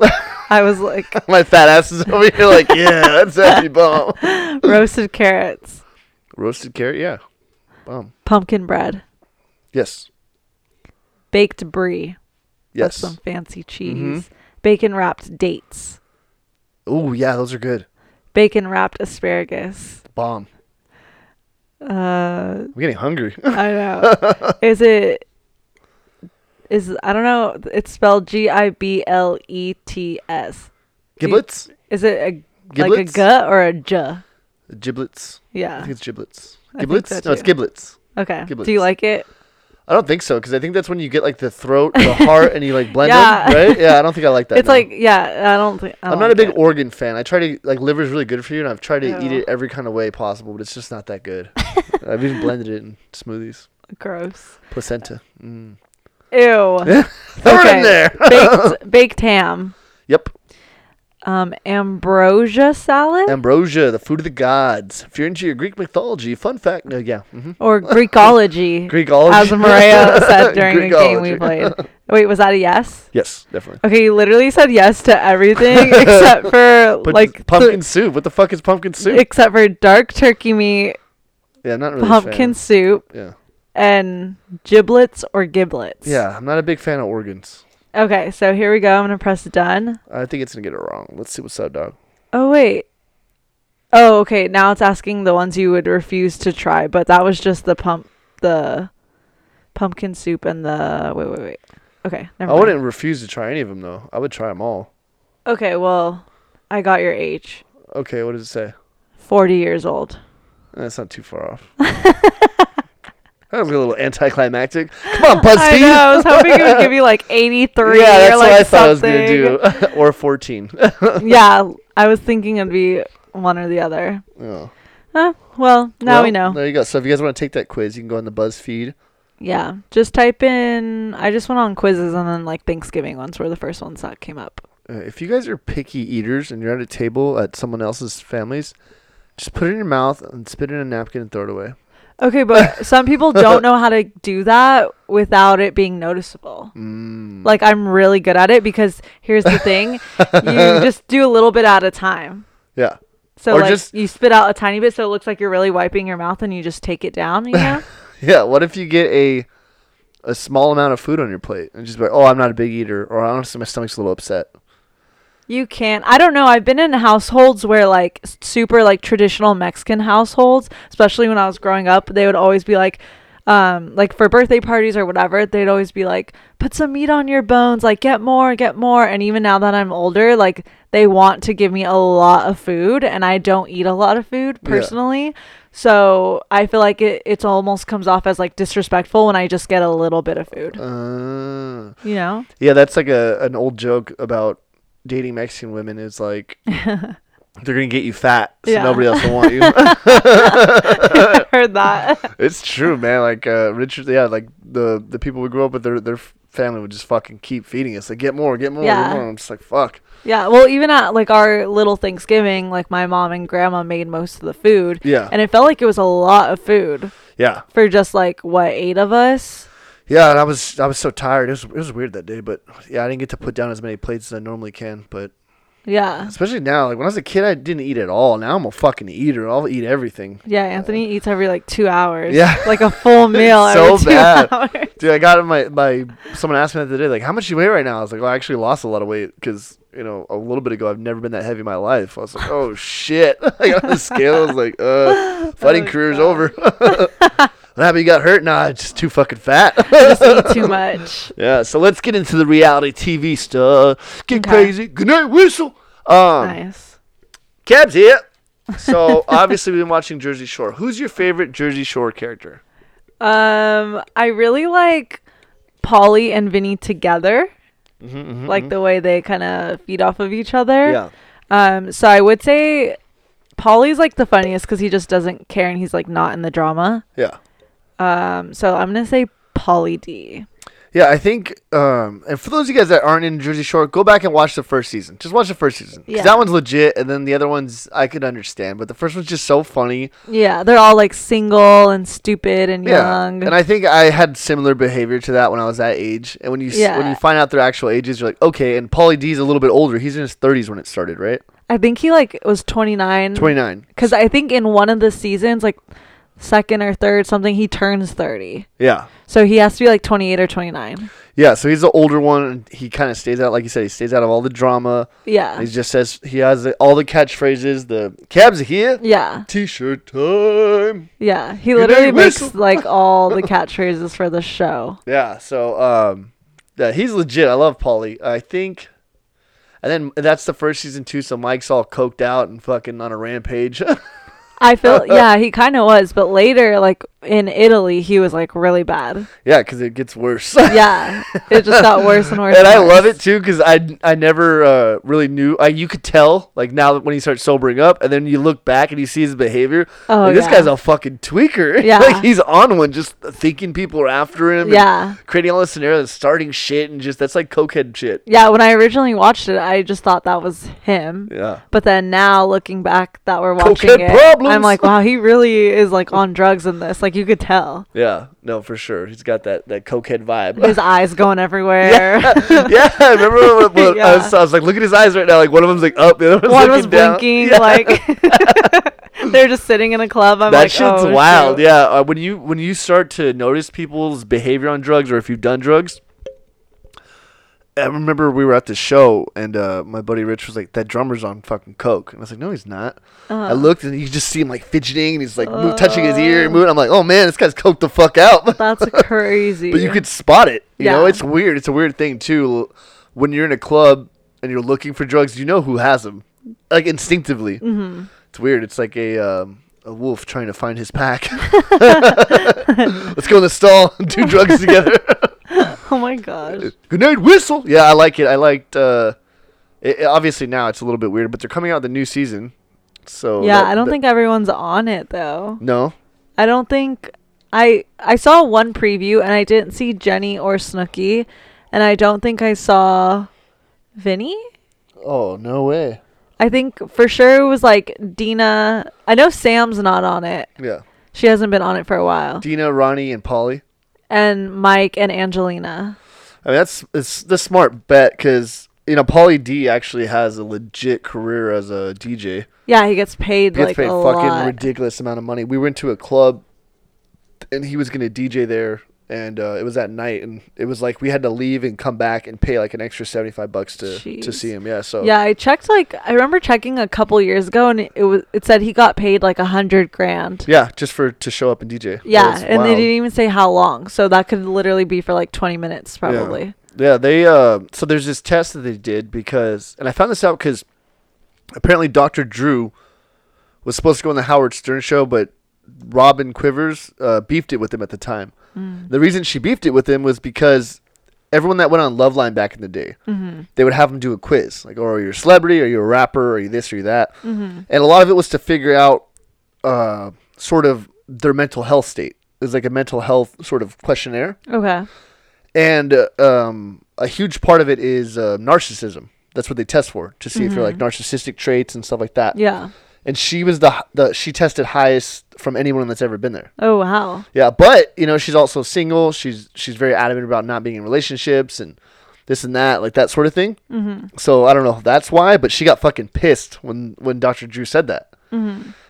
[SPEAKER 3] I was like
[SPEAKER 2] My fat ass is over here like, yeah, that's happy bomb.
[SPEAKER 3] roasted carrots,
[SPEAKER 2] Roasted carrot, yeah. Bomb.
[SPEAKER 3] pumpkin bread,
[SPEAKER 2] Yes.
[SPEAKER 3] baked brie with
[SPEAKER 2] Yes. Mm-hmm.
[SPEAKER 3] some fancy cheese, bacon wrapped dates,
[SPEAKER 2] Oh, yeah, those are good.
[SPEAKER 3] bacon wrapped asparagus.
[SPEAKER 2] Bomb.
[SPEAKER 3] Uh,
[SPEAKER 2] I'm getting hungry.
[SPEAKER 3] I know. is it? Is I don't know. It's spelled G I B L E T S.
[SPEAKER 2] giblets?
[SPEAKER 3] Is it a like a
[SPEAKER 2] Giblets?
[SPEAKER 3] gut or a j?
[SPEAKER 2] Giblets.
[SPEAKER 3] Yeah.
[SPEAKER 2] I think it's giblets.
[SPEAKER 3] I think
[SPEAKER 2] Giblets?
[SPEAKER 3] so,
[SPEAKER 2] no, it's
[SPEAKER 3] too.
[SPEAKER 2] giblets.
[SPEAKER 3] Okay. Do you
[SPEAKER 2] giblets.
[SPEAKER 3] like it?
[SPEAKER 2] I don't think so, because I think that's when you get like the throat, the heart, and you like blend
[SPEAKER 3] Yeah.
[SPEAKER 2] them, right? Yeah, I don't think I like that.
[SPEAKER 3] It's
[SPEAKER 2] no.
[SPEAKER 3] like yeah. I don't think I
[SPEAKER 2] I'm
[SPEAKER 3] don't
[SPEAKER 2] not a
[SPEAKER 3] like
[SPEAKER 2] big
[SPEAKER 3] it.
[SPEAKER 2] organ fan. I try to like liver's really good for you, and I've tried to eat
[SPEAKER 3] Oh.
[SPEAKER 2] it every kind of way possible, but it's just not that good. I've even blended it in smoothies,
[SPEAKER 3] gross.
[SPEAKER 2] placenta. Mm.
[SPEAKER 3] Ew.
[SPEAKER 2] Throw it
[SPEAKER 3] Okay.
[SPEAKER 2] in there.
[SPEAKER 3] baked baked ham,
[SPEAKER 2] yep.
[SPEAKER 3] um, ambrosia salad
[SPEAKER 2] Ambrosia, the food of the gods. If you're into your Greek mythology, fun fact. No, yeah. hmm
[SPEAKER 3] or Greekology,
[SPEAKER 2] Greekology.
[SPEAKER 3] Mm-hmm. as Maria said during the game we
[SPEAKER 2] Greekology.
[SPEAKER 3] played. Wait, was that a yes?
[SPEAKER 2] Yes, definitely.
[SPEAKER 3] Okay, you literally said yes to everything except for
[SPEAKER 2] But
[SPEAKER 3] like
[SPEAKER 2] pumpkin
[SPEAKER 3] th-
[SPEAKER 2] soup. What the fuck is pumpkin soup?
[SPEAKER 3] except for dark turkey meat,
[SPEAKER 2] yeah, I'm not really. a fan.
[SPEAKER 3] pumpkin soup,
[SPEAKER 2] Yeah.
[SPEAKER 3] and giblets or giblets.
[SPEAKER 2] Yeah, I'm not a big fan of organs.
[SPEAKER 3] Okay, so here we go. I'm gonna press done.
[SPEAKER 2] I think it's gonna get it wrong. Let's see what's up, dog.
[SPEAKER 3] Oh wait. Oh, okay. Now it's asking the ones you would refuse to try, but that was just the pump, the pumpkin soup, and the wait, wait, wait. Okay, never
[SPEAKER 2] I
[SPEAKER 3] mind.
[SPEAKER 2] wouldn't refuse to try any of them though. I would try them all.
[SPEAKER 3] Okay, well, I got your age.
[SPEAKER 2] Okay, what does it say?
[SPEAKER 3] Forty years old.
[SPEAKER 2] That's not too far off. that was a little anticlimactic. Come on, BuzzFeed.
[SPEAKER 3] I know. I was hoping it would give you like eighty-three.
[SPEAKER 2] yeah, that's
[SPEAKER 3] or,
[SPEAKER 2] what
[SPEAKER 3] like,
[SPEAKER 2] I thought
[SPEAKER 3] something.
[SPEAKER 2] I was gonna do. or 14.
[SPEAKER 3] yeah, I was thinking it'd be one or the other.
[SPEAKER 2] Oh.
[SPEAKER 3] Huh? Well, now we
[SPEAKER 2] Well,
[SPEAKER 3] know.
[SPEAKER 2] There you go. So if you guys want to take that quiz, you can go on the BuzzFeed.
[SPEAKER 3] Yeah, just type in. I just went on quizzes and then like Thanksgiving ones were the first ones that came up.
[SPEAKER 2] Uh, if you guys are picky eaters and you're at a table at someone else's family's, just put it in your mouth and spit it in a napkin and throw it away.
[SPEAKER 3] Okay, but some people don't know how to do that without it being noticeable.
[SPEAKER 2] Mm.
[SPEAKER 3] Like I'm really good at it because here's the thing: you just do a little bit at a time.
[SPEAKER 2] Yeah.
[SPEAKER 3] So
[SPEAKER 2] Or
[SPEAKER 3] like
[SPEAKER 2] just-
[SPEAKER 3] you spit out a tiny bit, so it looks like you're really wiping your mouth, and you just take it down. You know?
[SPEAKER 2] Yeah. What if you get a a small amount of food on your plate and just be like, oh, I'm not a big eater, or honestly, my stomach's a little upset.
[SPEAKER 3] you can't. I don't know. I've been in households where like s- super like traditional Mexican households, especially when I was growing up, they would always be like. Um, like for birthday parties or whatever, they'd always be like, "Put some meat on your bones, like get more, get more." And even now that I'm older, like they want to give me a lot of food, and I don't eat a lot of food
[SPEAKER 2] Yeah.
[SPEAKER 3] personally. So I feel like it it's almost comes off as like disrespectful when I just get a little bit of food.
[SPEAKER 2] Uh,
[SPEAKER 3] You know?
[SPEAKER 2] yeah, that's like a an old joke about dating Mexican women is like they're gonna get you fat, so
[SPEAKER 3] Yeah.
[SPEAKER 2] nobody else will want you.
[SPEAKER 3] I heard that.
[SPEAKER 2] It's true, man. Like uh, Richard, yeah, like the the people we grew up with, their their f- family would just fucking keep feeding us. Like, get more, get more,
[SPEAKER 3] Yeah.
[SPEAKER 2] get more. I'm just like, fuck.
[SPEAKER 3] yeah. Well, even at like our little Thanksgiving, like my mom and grandma made most of the food.
[SPEAKER 2] Yeah.
[SPEAKER 3] And it felt like it was a lot of food
[SPEAKER 2] Yeah,
[SPEAKER 3] for just like what, eight of us?
[SPEAKER 2] yeah. And I was I was so tired. It was it was weird that day, but yeah, I didn't get to put down as many plates as I normally can. But
[SPEAKER 3] Yeah.
[SPEAKER 2] especially now, like when I was a kid, I didn't eat at all. Now I'm a fucking eater. I'll eat everything.
[SPEAKER 3] Yeah, Anthony eats every like two hours.
[SPEAKER 2] Yeah.
[SPEAKER 3] Like a full meal
[SPEAKER 2] So
[SPEAKER 3] every two
[SPEAKER 2] bad.
[SPEAKER 3] hours.
[SPEAKER 2] Dude, I got my my someone asked me that the other day, like, how much you weigh right now? I was like, well, I actually lost a lot of weight because you know a little bit ago I've never been that heavy in my life. I was like, oh shit! I got on the scale. I was like, uh, fighting
[SPEAKER 3] Oh,
[SPEAKER 2] career's over. what happened? You got hurt? Nah, it's just too fucking fat.
[SPEAKER 3] Just eat too much.
[SPEAKER 2] yeah. So let's get into the reality TV stuff. Get
[SPEAKER 3] Okay.
[SPEAKER 2] crazy. Good night, whistle. Um,
[SPEAKER 3] Nice.
[SPEAKER 2] Cab's here. So obviously we've been watching Jersey Shore. Who's your favorite Jersey Shore character?
[SPEAKER 3] Um, I really like Polly and Vinny together. like the way they kind of feed off of each other.
[SPEAKER 2] Mm-hmm, Yeah.
[SPEAKER 3] Um, so I would say Polly's like the funniest because he just doesn't care and he's like not in the drama.
[SPEAKER 2] Yeah.
[SPEAKER 3] Um, so I'm gonna say Polly D.
[SPEAKER 2] Yeah, I think, um, and for those of you guys that aren't in Jersey Shore, go back and watch the first season. Just watch the first season. 'Cause
[SPEAKER 3] Yeah.
[SPEAKER 2] that one's legit, and then the other ones I could understand, but the first one's just so funny.
[SPEAKER 3] Yeah, they're all like single and stupid and young.
[SPEAKER 2] and I think I had similar behavior to that when I was that age. And when you s when
[SPEAKER 3] Yeah.
[SPEAKER 2] you find out their actual ages, you're like, okay. And Paulie D's a little bit older. He's in his 30s when it started, right?
[SPEAKER 3] I think he like was 29.
[SPEAKER 2] 29.
[SPEAKER 3] Because I think in one of the seasons, like second or third something, he turns 30.
[SPEAKER 2] Yeah,
[SPEAKER 3] So he has to be like 28 or 29.
[SPEAKER 2] yeah. So he's the older one, and he kind of stays out, like you said, he stays out of all the drama.
[SPEAKER 3] Yeah.
[SPEAKER 2] He just says he has the, all the catchphrases. The cabs are here.
[SPEAKER 3] yeah.
[SPEAKER 2] T-shirt time.
[SPEAKER 3] Yeah, he
[SPEAKER 2] Your
[SPEAKER 3] literally
[SPEAKER 2] name
[SPEAKER 3] makes
[SPEAKER 2] is-
[SPEAKER 3] like all the catchphrases for the show.
[SPEAKER 2] Yeah, so um, yeah, he's legit. I love Paulie. I think, and then that's the first season too. So Mike's all coked out and fucking on a rampage.
[SPEAKER 3] I feel yeah, he kind of was, but later like in Italy, he was like really bad.
[SPEAKER 2] Yeah, because it gets worse.
[SPEAKER 3] Yeah, it just got worse and worse.
[SPEAKER 2] and I
[SPEAKER 3] worse.
[SPEAKER 2] love it too because I I never uh, really knew. I you could tell like now that when he starts sobering up, and then you look back and you see his behavior.
[SPEAKER 3] Oh,
[SPEAKER 2] like, this
[SPEAKER 3] yeah.
[SPEAKER 2] guy's a fucking tweaker.
[SPEAKER 3] Yeah.
[SPEAKER 2] like he's on one, just thinking people are after him. and
[SPEAKER 3] Yeah.
[SPEAKER 2] creating all this scenario, and starting shit, and just that's like cokehead shit.
[SPEAKER 3] Yeah, when I originally watched it, I just thought that was him.
[SPEAKER 2] Yeah.
[SPEAKER 3] But then now looking back that we're watching
[SPEAKER 2] Cokehead
[SPEAKER 3] it,
[SPEAKER 2] problems.
[SPEAKER 3] I'm like, wow, he really is like on drugs in this. Like you could tell.
[SPEAKER 2] Yeah, no, for sure. He's got that that cokehead vibe.
[SPEAKER 3] His eyes going everywhere.
[SPEAKER 2] yeah, I remember when, when I,
[SPEAKER 3] Yeah.
[SPEAKER 2] was, I was like, look at his eyes right now. Like one of them's like up, the other one's
[SPEAKER 3] One
[SPEAKER 2] looking
[SPEAKER 3] was
[SPEAKER 2] down.
[SPEAKER 3] blinking,
[SPEAKER 2] Yeah.
[SPEAKER 3] like they're just sitting in a club. I'm
[SPEAKER 2] that
[SPEAKER 3] like,
[SPEAKER 2] shit's
[SPEAKER 3] oh,
[SPEAKER 2] wild.
[SPEAKER 3] shoot.
[SPEAKER 2] Yeah, uh, when you when you start to notice people's behavior on drugs, or if you've done drugs. I remember we were at the show and uh, my buddy Rich was like, "That drummer's on fucking coke," and I was like, "No, he's not."
[SPEAKER 3] Uh-huh.
[SPEAKER 2] I looked and you just see him like fidgeting and he's like move, touching his ear and moving. I'm like, "Oh man, this guy's coked the fuck out."
[SPEAKER 3] That's crazy.
[SPEAKER 2] But you could spot it. You know,
[SPEAKER 3] Yeah.
[SPEAKER 2] it's weird. It's a weird thing too. When you're in a club and you're looking for drugs, you know who has them, like instinctively. Mm-hmm. It's weird. It's like a um, a wolf trying to find his pack. Let's go in the stall and do drugs together.
[SPEAKER 3] Oh my gosh.
[SPEAKER 2] Good night, whistle. Yeah, I like it. I liked. Uh, it, it- obviously, now it's a little bit weird, but they're coming out the new season. So
[SPEAKER 3] Yeah,
[SPEAKER 2] that-
[SPEAKER 3] I don't
[SPEAKER 2] that-
[SPEAKER 3] think everyone's on it though.
[SPEAKER 2] no.
[SPEAKER 3] I don't think I I saw one preview and I didn't see Jenny or Snooky, and I don't think I saw Vinny.
[SPEAKER 2] Oh no way.
[SPEAKER 3] I think for sure it was like Dina. I know Sam's not on it.
[SPEAKER 2] Yeah,
[SPEAKER 3] She hasn't been on it for a while.
[SPEAKER 2] Dina, Ronnie, and Polly.
[SPEAKER 3] And Mike and Angelina.
[SPEAKER 2] I mean, that's it's the smart bet because you know Pauly D actually has a legit career as a DJ.
[SPEAKER 3] Yeah, he gets paid
[SPEAKER 2] He gets
[SPEAKER 3] like
[SPEAKER 2] paid
[SPEAKER 3] a
[SPEAKER 2] a fucking
[SPEAKER 3] lot.
[SPEAKER 2] ridiculous amount of money. We went to a club, and he was gonna DJ there, and uh, it was at night, and it was like we had to leave and come back and pay like an extra seventy five bucks to to
[SPEAKER 3] Jeez.
[SPEAKER 2] see him. Yeah, so
[SPEAKER 3] yeah, I checked like I remember checking a couple years ago and it was it said he got paid like a hundred grand.
[SPEAKER 2] yeah, just for to show up and DJ.
[SPEAKER 3] Yeah,
[SPEAKER 2] That's
[SPEAKER 3] and they
[SPEAKER 2] wild.
[SPEAKER 3] didn't even say how long, so that could literally be for like 20 minutes, probably.
[SPEAKER 2] Yeah, they uh so there's this test that they did because and I found this out cuz apparently Dr. Drew was supposed to go on the Howard Stern show but Robin Quivers uh, beefed it with him at the time. The reason she beefed it with him was because everyone that went on Loveline back in the day, they would have them do a quiz like, "Or are you a celebrity? Are you a rapper? Are you this? Are you that?" And a lot of it was to figure out uh, sort of their mental health state. It was like a mental health sort of questionnaire
[SPEAKER 3] Okay.
[SPEAKER 2] and uh, um, a huge part of it is uh, narcissism. That's what they test for to see if you're like narcissistic traits and stuff like that.
[SPEAKER 3] Yeah.
[SPEAKER 2] And she was the the she tested highest from anyone that's ever been there.
[SPEAKER 3] Oh wow.
[SPEAKER 2] Yeah, but you know she's also single. She's she's very adamant about not being in relationships and this and that, like that sort of thing. Mm-hmm. So I don't know if that's why, but she got fucking pissed when when Dr. Drew said that.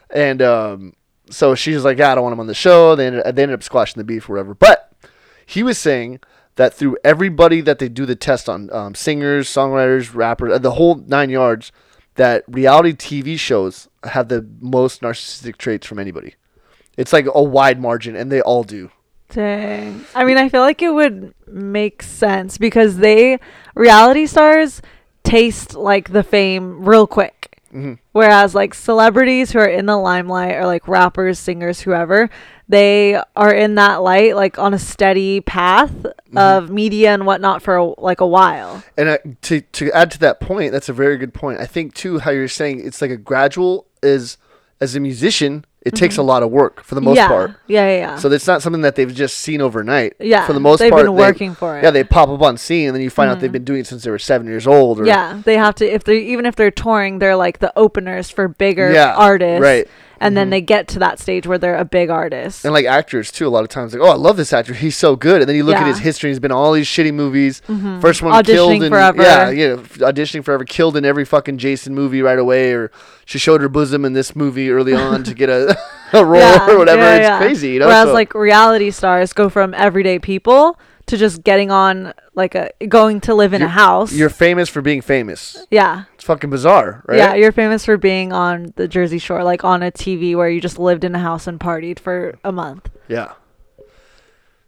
[SPEAKER 2] And um, so she's like, yeah, I don't want him on the show. They ended, they ended up squashing the beef or whatever. But he was saying that through everybody that they do the test on, um, singers, songwriters, rappers, uh, the whole nine yards, that reality TV shows have the most narcissistic traits from anybody. It's like a wide margin, and they all do.
[SPEAKER 3] Dang. I mean, I feel like it would make sense because they reality stars taste like the fame real quick.
[SPEAKER 2] Mm-hmm.
[SPEAKER 3] Whereas like celebrities who are in the limelight or like rappers, singers, whoever, they are in that light like on a steady path
[SPEAKER 2] Mm-hmm.
[SPEAKER 3] of media and whatnot for like a while.
[SPEAKER 2] And uh, to to add to that point, that's a very good point. I think too how you're saying it's like a gradual is as a musician, it takes a lot of work for the most
[SPEAKER 3] Mm-hmm. yeah.
[SPEAKER 2] part.
[SPEAKER 3] Yeah, yeah, yeah.
[SPEAKER 2] So it's not something that they've just seen overnight.
[SPEAKER 3] Yeah,
[SPEAKER 2] for the most
[SPEAKER 3] they've
[SPEAKER 2] part,
[SPEAKER 3] been working for it. Mm-hmm.
[SPEAKER 2] Yeah, they pop up on scene, and then you find out they've been doing it since they were seven years old. Or,
[SPEAKER 3] Yeah, they have to if they even if they're touring, they're like the openers for bigger
[SPEAKER 2] Yeah,
[SPEAKER 3] artists,
[SPEAKER 2] right. Mm-hmm.
[SPEAKER 3] And then they get to that stage where they're a big artist.
[SPEAKER 2] and like actors too. A lot of times, like, oh, I love this actor. He's so good. And then you look at
[SPEAKER 3] Yeah. Mm-hmm.
[SPEAKER 2] his history. He's been in all these shitty movies. First one killed
[SPEAKER 3] Auditioning
[SPEAKER 2] in
[SPEAKER 3] forever.
[SPEAKER 2] yeah, yeah, f- auditioning forever. Killed in every fucking Jason movie right away. Or she showed her bosom in this movie early on to get a, a role or whatever.
[SPEAKER 3] yeah,
[SPEAKER 2] it's
[SPEAKER 3] yeah.
[SPEAKER 2] crazy, you know.
[SPEAKER 3] Whereas
[SPEAKER 2] So-
[SPEAKER 3] like reality stars go from everyday people to just getting on like a going to live in a house.
[SPEAKER 2] you're famous for being famous.
[SPEAKER 3] yeah.
[SPEAKER 2] It's fucking bizarre, right?
[SPEAKER 3] Yeah, you're famous for being on the Jersey Shore, like on a TV where you just lived in a house and partied for a month.
[SPEAKER 2] Yeah.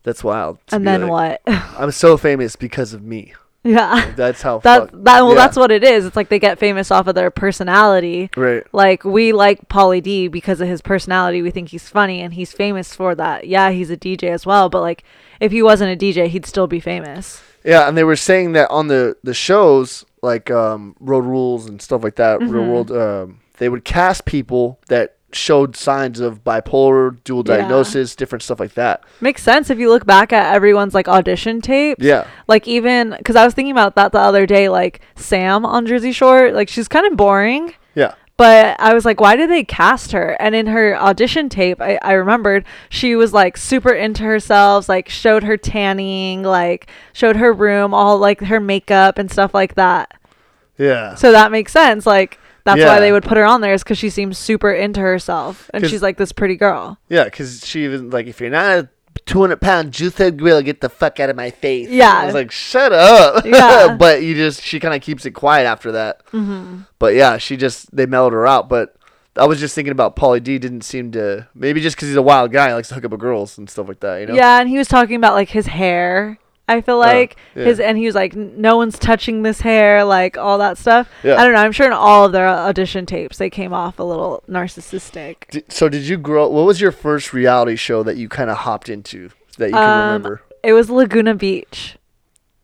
[SPEAKER 2] That's wild. to
[SPEAKER 3] and
[SPEAKER 2] be
[SPEAKER 3] then
[SPEAKER 2] like,
[SPEAKER 3] what?
[SPEAKER 2] I'm so famous because of me.
[SPEAKER 3] Yeah.
[SPEAKER 2] That's how.
[SPEAKER 3] That,
[SPEAKER 2] fuck-
[SPEAKER 3] that well,
[SPEAKER 2] yeah.
[SPEAKER 3] that's what it is. It's like they get famous off of their personality.
[SPEAKER 2] Right.
[SPEAKER 3] Like we like Pauly D because of his personality. We think he's funny and he's famous for that. Yeah, he's a DJ as well, but like if he wasn't a DJ, he'd still be famous.
[SPEAKER 2] Yeah, and they were saying that on the the shows like um, Road Rules and stuff like that, Real World, um, they would cast people that showed signs of bipolar, dual
[SPEAKER 3] Yeah.
[SPEAKER 2] diagnosis, different stuff like that.
[SPEAKER 3] Makes sense if you look back at everyone's like audition tapes.
[SPEAKER 2] Yeah.
[SPEAKER 3] Like even cuz I was thinking about that the other day like Sam on Jersey Shore, like she's kind of boring.
[SPEAKER 2] Yeah.
[SPEAKER 3] But I was like, why did they cast her? And in her audition tape, I, I remembered she was like super into herself, like showed her tanning, like showed her room, all like her makeup and stuff like that.
[SPEAKER 2] Yeah.
[SPEAKER 3] So that makes sense. Like that's
[SPEAKER 2] Yeah.
[SPEAKER 3] why they would put her on there is because she seems super into herself and
[SPEAKER 2] 'Cause-
[SPEAKER 3] she's like this pretty girl.
[SPEAKER 2] Yeah, because she was like, if you're not a 200 pound juice head gorilla, get the fuck out of my face.
[SPEAKER 3] Yeah.
[SPEAKER 2] I was like, shut up.
[SPEAKER 3] Yeah.
[SPEAKER 2] but you just, she kind of keeps it quiet after that. Mm-hmm. But yeah, she just, they mellowed her out. But I was just thinking about Paulie D didn't seem to, maybe just because he's a wild guy, likes to hook up with girls and stuff like that, you know?
[SPEAKER 3] Yeah, and he was talking about like his hair. I feel like
[SPEAKER 2] Oh, yeah.
[SPEAKER 3] his and he was like, "N- no one's touching this hair, like all that stuff.
[SPEAKER 2] Yeah.
[SPEAKER 3] I don't know. I'm sure in all of their audition tapes, they came off a little narcissistic.
[SPEAKER 2] D- so did you grow, what was your first reality show that you kind of hopped into that you can remember?
[SPEAKER 3] Um, It was Laguna Beach.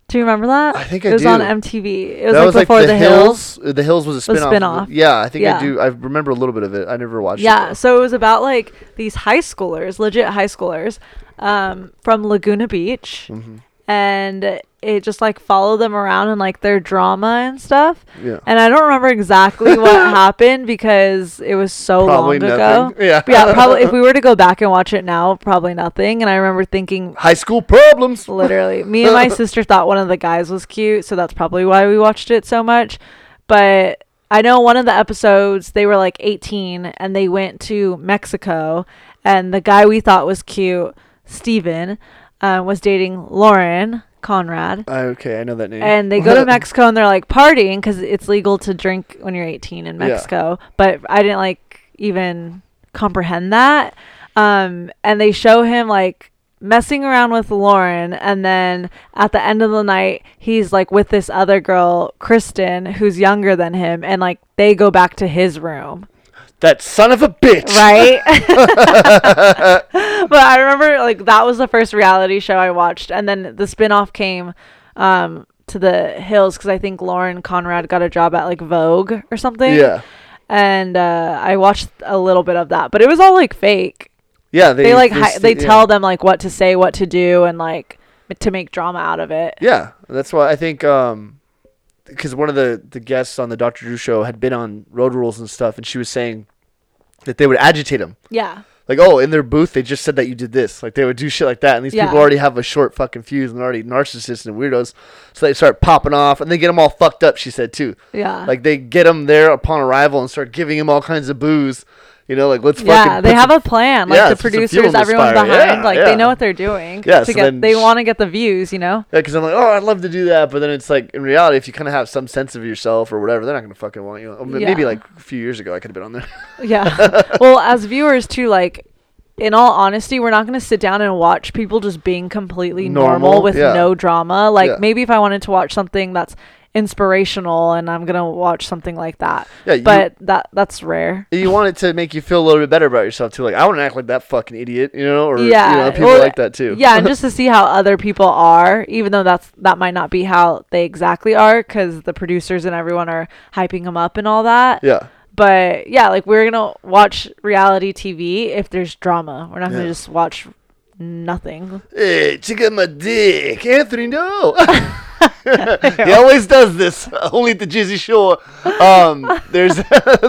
[SPEAKER 3] Do you remember that?
[SPEAKER 2] I think
[SPEAKER 3] it
[SPEAKER 2] I
[SPEAKER 3] was on
[SPEAKER 2] do.
[SPEAKER 3] MTV. It was
[SPEAKER 2] that
[SPEAKER 3] like
[SPEAKER 2] was
[SPEAKER 3] before
[SPEAKER 2] like
[SPEAKER 3] the, Hills.
[SPEAKER 2] Uh, The Hills was a
[SPEAKER 3] was
[SPEAKER 2] spinoff.
[SPEAKER 3] spin-off.
[SPEAKER 2] Yeah, I think
[SPEAKER 3] Yeah.
[SPEAKER 2] I do. I remember a little bit of it. I never watched it.
[SPEAKER 3] Yeah, so it was about like these high schoolers, legit high schoolers, um, from Laguna Beach,
[SPEAKER 2] Mm-hmm.
[SPEAKER 3] and it just like followed them around and like their drama and stuff.
[SPEAKER 2] Yeah.
[SPEAKER 3] And I don't remember exactly what happened because it was so
[SPEAKER 2] Probably
[SPEAKER 3] long
[SPEAKER 2] nothing.
[SPEAKER 3] ago.
[SPEAKER 2] Yeah.
[SPEAKER 3] yeah, probably if we were to go back and watch it now, probably nothing. And I remember thinking,
[SPEAKER 2] High school problems.
[SPEAKER 3] Literally. Me and my sister thought one of the guys was cute, so that's probably why we watched it so much. But I know one of the episodes they were like 18 and they went to Mexico and the guy we thought was cute, Steven, uh, was dating Lauren Conrad.
[SPEAKER 2] Okay, I know that name.
[SPEAKER 3] And they go to Mexico and they're like partying because it's legal to drink when you're 18 in
[SPEAKER 2] Yeah.
[SPEAKER 3] Mexico. But I didn't like even comprehend that. Um, and they show him like messing around with Lauren. And then at the end of the night, he's like with this other girl, Kristen, who's younger than him. And like they go back to his room
[SPEAKER 2] that son of a bitch.
[SPEAKER 3] right? but I remember like that was the first reality show I watched, and then the spin-off came um, to the hills because I think Lauren Conrad got a job at like Vogue or something.
[SPEAKER 2] Yeah.
[SPEAKER 3] and uh, I watched a little bit of that, but it was all like fake.
[SPEAKER 2] Yeah, they,
[SPEAKER 3] They like
[SPEAKER 2] they
[SPEAKER 3] hi-
[SPEAKER 2] st-
[SPEAKER 3] they
[SPEAKER 2] yeah.
[SPEAKER 3] tell them like what to say, what to do, and like m- to make drama out of it.
[SPEAKER 2] Yeah, that's why I think um, because one of the the guests on the Dr. Drew show had been on Road Rules and stuff, and she was saying that they would agitate him.
[SPEAKER 3] Yeah,
[SPEAKER 2] Like, oh, in their booth, they just said that you did this. Like, they would do shit like that, and these
[SPEAKER 3] Yeah.
[SPEAKER 2] people already have a short fucking fuse and they're already narcissists and weirdos. So they start popping off, and they get them all fucked up. She said too.
[SPEAKER 3] yeah.
[SPEAKER 2] Like they get them there upon arrival and start giving him all kinds of booze. You know, like let's fucking
[SPEAKER 3] yeah, they
[SPEAKER 2] put
[SPEAKER 3] have
[SPEAKER 2] some-
[SPEAKER 3] a plan. Like
[SPEAKER 2] Yeah,
[SPEAKER 3] the
[SPEAKER 2] it's just a fuel in
[SPEAKER 3] producers,
[SPEAKER 2] this
[SPEAKER 3] everyone's
[SPEAKER 2] fire.
[SPEAKER 3] behind.
[SPEAKER 2] Yeah,
[SPEAKER 3] like
[SPEAKER 2] yeah.
[SPEAKER 3] they know what they're doing.
[SPEAKER 2] Yeah,
[SPEAKER 3] to
[SPEAKER 2] so
[SPEAKER 3] get,
[SPEAKER 2] then
[SPEAKER 3] they
[SPEAKER 2] sh-
[SPEAKER 3] want to get the views. You know.
[SPEAKER 2] Yeah, because I'm like, oh, I'd love to do that, but then it's like in reality, if you kind of have some sense of yourself or whatever, they're not gonna fucking want you. I mean, Maybe
[SPEAKER 3] Yeah.
[SPEAKER 2] like a few years ago, I could have been on there.
[SPEAKER 3] Yeah. well, as viewers too, like in all honesty, we're not going to sit down and watch people just being completely normal,
[SPEAKER 2] Normal,
[SPEAKER 3] with
[SPEAKER 2] yeah.
[SPEAKER 3] no drama. Like
[SPEAKER 2] Yeah.
[SPEAKER 3] maybe if I wanted to watch something that's inspirational and I'm going to watch something like that.
[SPEAKER 2] Yeah, you-
[SPEAKER 3] but that that's rare.
[SPEAKER 2] you want it to make you feel a little bit better about yourself too. Like I want to act like that fucking idiot, you know, or
[SPEAKER 3] yeah.
[SPEAKER 2] you know, people
[SPEAKER 3] or-
[SPEAKER 2] like that too.
[SPEAKER 3] yeah, and just to see how other people are, even though that's that might not be how they exactly are cuz the producers and everyone are hyping them up and all that.
[SPEAKER 2] yeah,
[SPEAKER 3] but yeah, like we're gonna watch reality TV if there's drama. We're not gonna
[SPEAKER 2] Yeah.
[SPEAKER 3] just watch nothing.
[SPEAKER 2] Hey, check out my dick, Anthony. No, he always does this. Only at the Jersey Shore. Um, there's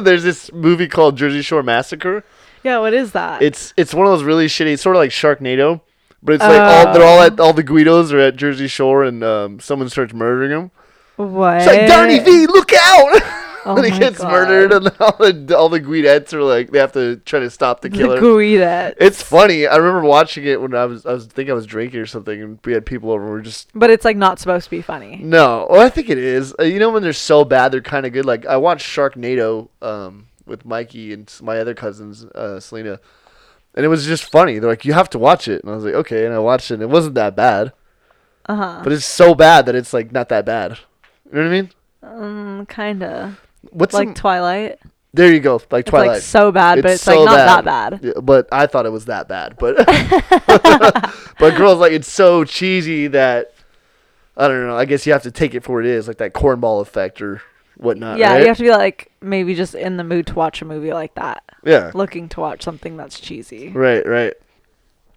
[SPEAKER 2] there's this movie called Jersey Shore Massacre.
[SPEAKER 3] Yeah, what is that?
[SPEAKER 2] It's it's one of those really shitty. It's sort of like Sharknado, but it's like all they're all at all the Guidos are at Jersey Shore, and um, someone starts murdering them.
[SPEAKER 3] what?
[SPEAKER 2] It's like Donnie V, look out!
[SPEAKER 3] Oh
[SPEAKER 2] and he
[SPEAKER 3] my
[SPEAKER 2] gets
[SPEAKER 3] God.
[SPEAKER 2] murdered, and all the all the Guidettes are like they have to try to stop the
[SPEAKER 3] The
[SPEAKER 2] killer.
[SPEAKER 3] Guidet.
[SPEAKER 2] it's funny. I remember watching it when I was I was I think I was drinking or something, and we had people over. and we are just
[SPEAKER 3] but it's like not supposed to be funny.
[SPEAKER 2] no. Well, I think it is. Uh, You know when they're so bad, they're kind of good. Like I watched Sharknado um, with Mikey and s- my other cousins, uh, Selena, and it was just funny. They're like, "You have to watch it," and I was like, "Okay," and I watched it. and It wasn't that bad.
[SPEAKER 3] Uh-huh.
[SPEAKER 2] but it's so bad that it's like not that bad. You know what I mean?
[SPEAKER 3] Um, kind of
[SPEAKER 2] What's
[SPEAKER 3] like
[SPEAKER 2] some-
[SPEAKER 3] Twilight.
[SPEAKER 2] there? You go like
[SPEAKER 3] It's
[SPEAKER 2] Twilight.
[SPEAKER 3] like so bad, but it's like not that bad.
[SPEAKER 2] Yeah, but I thought it was that bad. But but girls like it's so cheesy that I don't know. I guess you have to take it for what it is, like that cornball effect or whatnot.
[SPEAKER 3] yeah,
[SPEAKER 2] right?
[SPEAKER 3] you have to be like maybe just in the mood to watch a movie like that,
[SPEAKER 2] yeah.
[SPEAKER 3] looking to watch something that's cheesy.
[SPEAKER 2] Right, right.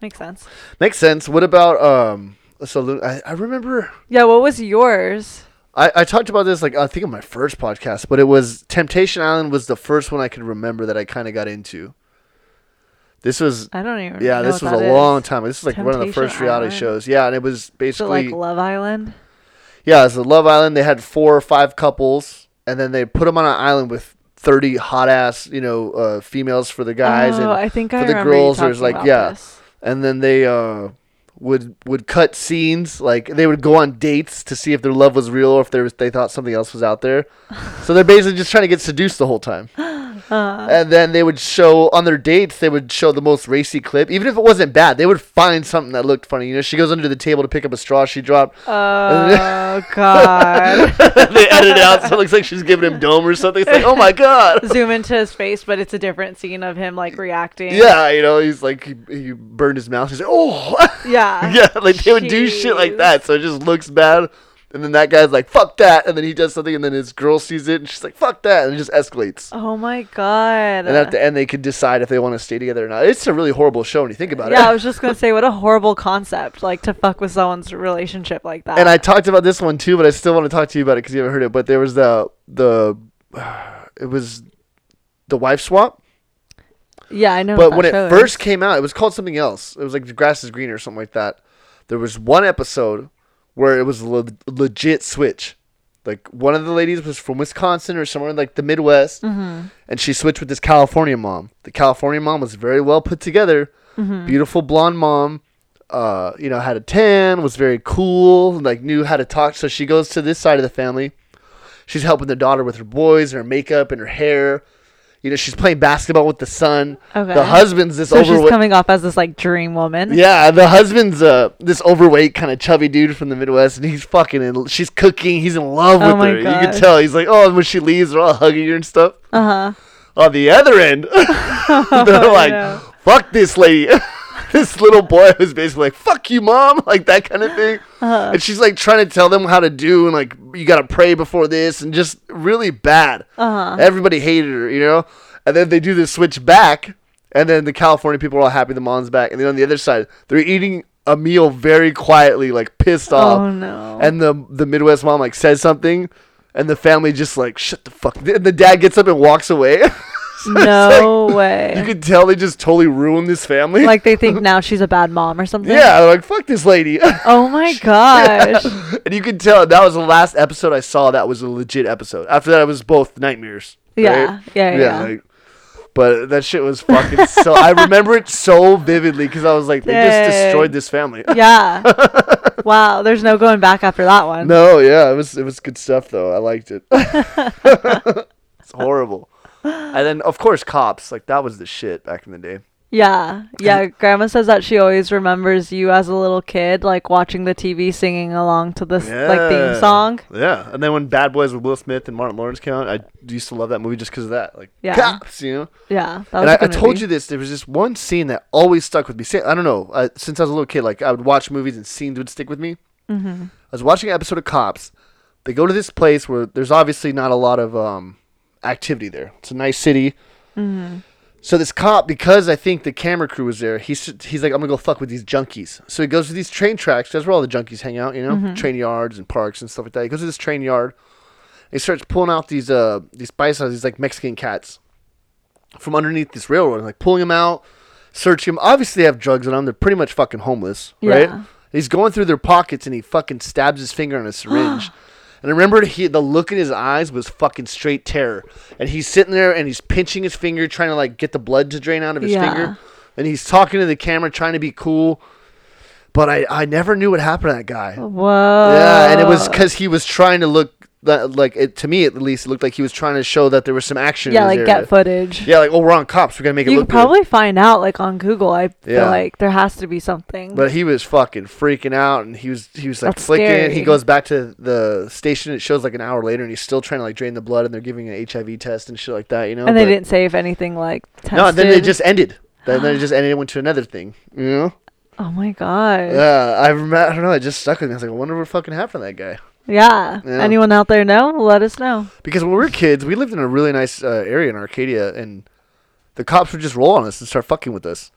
[SPEAKER 3] Makes sense. Makes
[SPEAKER 2] Makes sense. What about um? So Lu- I, I remember
[SPEAKER 3] Yeah, what was yours?
[SPEAKER 2] I, I talked about this like I think in my first podcast, but it was Temptation Island was the first one I could remember that I kind of got into. This was
[SPEAKER 3] I don't even.
[SPEAKER 2] yeah,
[SPEAKER 3] know
[SPEAKER 2] this was
[SPEAKER 3] what
[SPEAKER 2] a
[SPEAKER 3] that is.
[SPEAKER 2] long time. This is like one of the
[SPEAKER 3] Temptation
[SPEAKER 2] first reality
[SPEAKER 3] Island?
[SPEAKER 2] shows. Yeah, and it was
[SPEAKER 3] Is it
[SPEAKER 2] basically
[SPEAKER 3] like Love Island?
[SPEAKER 2] yeah, it's a Love Island. They had four or five couples, and then they put them on an island with thirty hot ass you know uh, females for the guys
[SPEAKER 3] oh,
[SPEAKER 2] and
[SPEAKER 3] I think
[SPEAKER 2] for
[SPEAKER 3] I
[SPEAKER 2] the
[SPEAKER 3] remember
[SPEAKER 2] girls.
[SPEAKER 3] You
[SPEAKER 2] There's like
[SPEAKER 3] talking about
[SPEAKER 2] yeah,
[SPEAKER 3] this.
[SPEAKER 2] and then they uh, would would cut scenes like they would go on dates to see if their love was real or if there was, they thought something else was out there so they're basically just trying to get seduced the whole time
[SPEAKER 3] Uh.
[SPEAKER 2] and then they would show on their dates they would show the most racy clip even if it wasn't bad they would find something that looked funny you know she goes under the table to pick up a straw she dropped
[SPEAKER 3] Oh God!
[SPEAKER 2] they edit it out so it looks like she's giving him dome or something it's like oh my god
[SPEAKER 3] Zoom into his face, but it's a different scene of him like reacting.
[SPEAKER 2] yeah you know he's like he, he burned his mouth he's like oh
[SPEAKER 3] Yeah.
[SPEAKER 2] yeah, like they would do shit like
[SPEAKER 3] Jeez.
[SPEAKER 2] that, so it just looks bad. And then that guy's like, "Fuck that!" And then he does something, and then his girl sees it, and she's like, "Fuck that!" And it just escalates.
[SPEAKER 3] Oh my God.
[SPEAKER 2] And at the end, they could decide if they want to stay together or not. It's a really horrible show when you think about
[SPEAKER 3] yeah, I
[SPEAKER 2] it.
[SPEAKER 3] was just gonna say, what a horrible concept, like to fuck with someone's relationship like that.
[SPEAKER 2] And I talked about this one too, but I still want to talk to you about it because you haven't heard it. But there was the the it was the wife swap.
[SPEAKER 3] yeah, I know.
[SPEAKER 2] But
[SPEAKER 3] that
[SPEAKER 2] when it
[SPEAKER 3] show is.
[SPEAKER 2] first came out, it was called something else. It was like the grass is greener or something like that. There was one episode where it was a le- legit switch. Like one of the ladies was from Wisconsin or somewhere in like the Midwest,
[SPEAKER 3] Mm-hmm.
[SPEAKER 2] and she switched with this California mom. The California mom was very well put together,
[SPEAKER 3] Mm-hmm.
[SPEAKER 2] beautiful blonde mom. Uh, you know, had a tan, was very cool, like knew how to talk. So she goes to this side of the family. She's helping their daughter with her boys and her makeup and her hair. You know, she's playing basketball with the son.
[SPEAKER 3] Okay.
[SPEAKER 2] The husband's this
[SPEAKER 3] so she's
[SPEAKER 2] overweight.
[SPEAKER 3] coming off as this like dream woman.
[SPEAKER 2] Yeah, the husband's uh this overweight kind of chubby dude from the Midwest, and he's fucking in. She's cooking. He's in love
[SPEAKER 3] Oh
[SPEAKER 2] with
[SPEAKER 3] my
[SPEAKER 2] her. You
[SPEAKER 3] gosh.
[SPEAKER 2] can tell. He's like, oh, when she leaves, they're all hugging her and stuff.
[SPEAKER 3] Uh huh.
[SPEAKER 2] On the other end, they're like,
[SPEAKER 3] no.
[SPEAKER 2] fuck this lady. this little boy was basically like, fuck you, mom, like that kind of thing.
[SPEAKER 3] Uh-huh.
[SPEAKER 2] And she's like trying to tell them how to do and like you gotta pray before this and just really bad.
[SPEAKER 3] Uh-huh.
[SPEAKER 2] Everybody hated her, you know. And then they do this switch back, and then the California people are all happy the mom's back, and then on the other side they're eating a meal very quietly, like pissed off.
[SPEAKER 3] Oh no.
[SPEAKER 2] Uh, And the the Midwest mom like says something, and the family just like shut the fuck. And the dad gets up and walks away. So it's
[SPEAKER 3] no
[SPEAKER 2] like- you
[SPEAKER 3] way.
[SPEAKER 2] could tell they just totally ruined this family.
[SPEAKER 3] Like they think now she's a bad mom or something.
[SPEAKER 2] yeah, they're like fuck this lady.
[SPEAKER 3] Oh my gosh.
[SPEAKER 2] and you could tell that was the last episode I saw. That was a legit episode. After that, it was both nightmares.
[SPEAKER 3] Yeah,
[SPEAKER 2] right?
[SPEAKER 3] yeah, yeah.
[SPEAKER 2] like, but that shit was fucking so. I remember it so vividly because I was like, they just
[SPEAKER 3] Dang.
[SPEAKER 2] destroyed this family.
[SPEAKER 3] Yeah. wow. There's no going back after that one.
[SPEAKER 2] no, yeah, it was it was good stuff though. I liked it. it's horrible. And then of course, cops like that was the shit back in the day.
[SPEAKER 3] Yeah. Yeah. Grandma says that she always remembers you as a little kid, like watching the TV singing along to this like
[SPEAKER 2] Yeah.
[SPEAKER 3] theme song.
[SPEAKER 2] Yeah, and then when Bad Boys with Will Smith and Martin Lawrence came out, I used to love that movie just because of that. Like
[SPEAKER 3] Yeah.
[SPEAKER 2] cops, you know.
[SPEAKER 3] Yeah. That was
[SPEAKER 2] And
[SPEAKER 3] a
[SPEAKER 2] I, I
[SPEAKER 3] good
[SPEAKER 2] told
[SPEAKER 3] movie.
[SPEAKER 2] you this. There was this one scene that always stuck with me. Sa- I don't know. Uh, since I was a little kid, like I would watch movies and scenes would stick with me.
[SPEAKER 3] Mm-hmm.
[SPEAKER 2] I was watching an episode of Cops. They go to this place where there's obviously not a lot of um, activity there. It's a nice city. So this cop, because I think the camera crew was there, he's he's like, I'm gonna go fuck with these junkies. So he goes to these train tracks. That's where all the junkies hang out, you know, train yards and parks and stuff like that. He goes to this train yard. He starts pulling out these uh these paisanos, these like Mexican cats from underneath this railroad, like pulling them out, searching them. Obviously, they have drugs on them. They're pretty much fucking homeless,
[SPEAKER 3] Yeah.
[SPEAKER 2] right? He's going through their pockets and he fucking stabs his finger on a syringe. And I remember he, the look in his eyes was fucking straight terror. And he's sitting there and he's pinching his finger, trying to like get the blood to drain out of his
[SPEAKER 3] Yeah.
[SPEAKER 2] finger. And he's talking to the camera, trying to be cool. But I, I never knew what happened to that guy.
[SPEAKER 3] Whoa. Oh.
[SPEAKER 2] Yeah, and it was because he was trying to look that like it to me at least it looked like he was trying to show that there was some action.
[SPEAKER 3] yeah,
[SPEAKER 2] in his
[SPEAKER 3] like
[SPEAKER 2] area.
[SPEAKER 3] get footage.
[SPEAKER 2] Yeah, like oh, we're on cops. We gotta make it
[SPEAKER 3] you
[SPEAKER 2] look
[SPEAKER 3] could
[SPEAKER 2] good.
[SPEAKER 3] probably find out like on Google. I feel
[SPEAKER 2] Yeah.
[SPEAKER 3] like there has to be something.
[SPEAKER 2] But he was fucking freaking out, and he was he was like
[SPEAKER 3] That's
[SPEAKER 2] flicking. it. He
[SPEAKER 3] scary.
[SPEAKER 2] goes back to the station. It shows like an hour later, and he's still trying to like drain the blood, and they're giving an HIV test and shit like that. You know,
[SPEAKER 3] and they
[SPEAKER 2] But-
[SPEAKER 3] didn't say if anything like tested.
[SPEAKER 2] No, then they just ended. Then then it just ended. It went to another thing. You know?
[SPEAKER 3] Oh my god. Yeah.
[SPEAKER 2] Yeah, I remember. I don't know. It just stuck with me. I was like, I wonder what fucking happened to that guy. Yeah.
[SPEAKER 3] Anyone out there know? Let us know.
[SPEAKER 2] Because when we were kids, we lived in a really nice uh, area in Arcadia, and the cops would just roll on us and start fucking with us.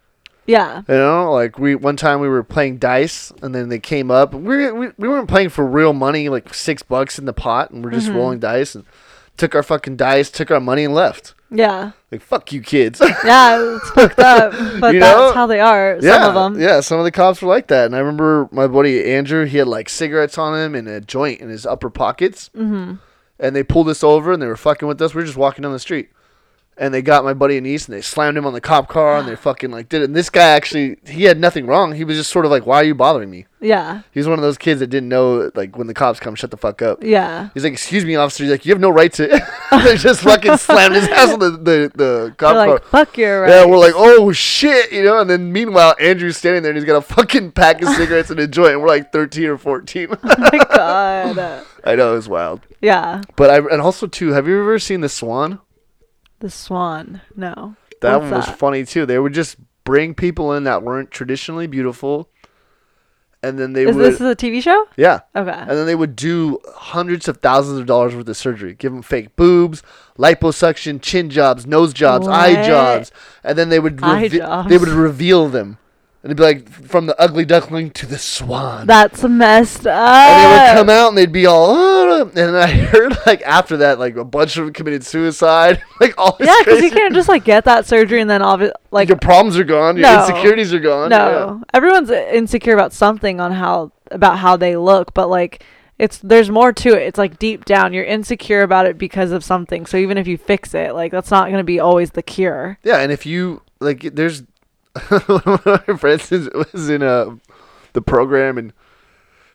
[SPEAKER 3] Yeah.
[SPEAKER 2] You know, like we one time we were playing dice, and then they came up. And we, we we weren't playing for real money, like six bucks in the pot, and we're just rolling dice and took our fucking dice, took our money, and left.
[SPEAKER 3] Yeah.
[SPEAKER 2] Like fuck you, kids.
[SPEAKER 3] Yeah, it's fucked up. But
[SPEAKER 2] You
[SPEAKER 3] that's
[SPEAKER 2] know?
[SPEAKER 3] how they are. Some
[SPEAKER 2] yeah,
[SPEAKER 3] of them.
[SPEAKER 2] yeah. Some of the cops were like that, and I remember my buddy Andrew. He had like cigarettes on him and a joint in his upper pockets. Mm-hmm. And they pulled us over, and they were fucking with us. We were just walking down the street, and they got my buddy and niece, and they slammed him on the cop car, and they fucking like did it. And this guy actually, he had nothing wrong. He was just sort of like, "Why are you bothering me?"
[SPEAKER 3] Yeah.
[SPEAKER 2] He's one of those kids that didn't know, like, when the cops come, shut the fuck up.
[SPEAKER 3] Yeah.
[SPEAKER 2] He's like, excuse me, officer. He's like, you have no right to. they just fucking slammed his ass on the, the, the cop
[SPEAKER 3] They're like,
[SPEAKER 2] car.
[SPEAKER 3] fuck you're right.
[SPEAKER 2] Yeah, we're like, oh shit, you know. And then meanwhile, Andrew's standing there and he's got a fucking pack of cigarettes and a joint, and we're like 13 or 14.
[SPEAKER 3] oh my god.
[SPEAKER 2] I know it was wild.
[SPEAKER 3] Yeah.
[SPEAKER 2] But I and also too, have you ever seen the Swan?
[SPEAKER 3] The swan. No.
[SPEAKER 2] That
[SPEAKER 3] What's
[SPEAKER 2] one was funny too. They would just bring people in that weren't traditionally beautiful, and then they
[SPEAKER 3] Is
[SPEAKER 2] would
[SPEAKER 3] this a TV show?
[SPEAKER 2] yeah.
[SPEAKER 3] Okay.
[SPEAKER 2] And then they would do hundreds of thousands of dollars worth of surgery. Give them fake boobs, liposuction, chin jobs, nose jobs, eye
[SPEAKER 3] What?
[SPEAKER 2] jobs, and then they would
[SPEAKER 3] Eye
[SPEAKER 2] reve-
[SPEAKER 3] jobs.
[SPEAKER 2] they would reveal them, and it'd be like from the ugly duckling to the swan.
[SPEAKER 3] That's
[SPEAKER 2] and
[SPEAKER 3] messed
[SPEAKER 2] they would
[SPEAKER 3] up.
[SPEAKER 2] come out and they'd be all, "Ah," and I heard like after that, like a bunch of them committed suicide, like all this
[SPEAKER 3] yeah, because
[SPEAKER 2] crazy.
[SPEAKER 3] you can't just like get that surgery and then obvi- like
[SPEAKER 2] your problems are gone, your
[SPEAKER 3] No.
[SPEAKER 2] insecurities are gone.
[SPEAKER 3] no, everyone's insecure about something on how about how they look, but like it's there's more to it. It's like deep down you're insecure about it because of something. So even if you fix it, like that's not going to be always the cure.
[SPEAKER 2] Yeah, and if you like, there's one of my friends is- was in uh the program, and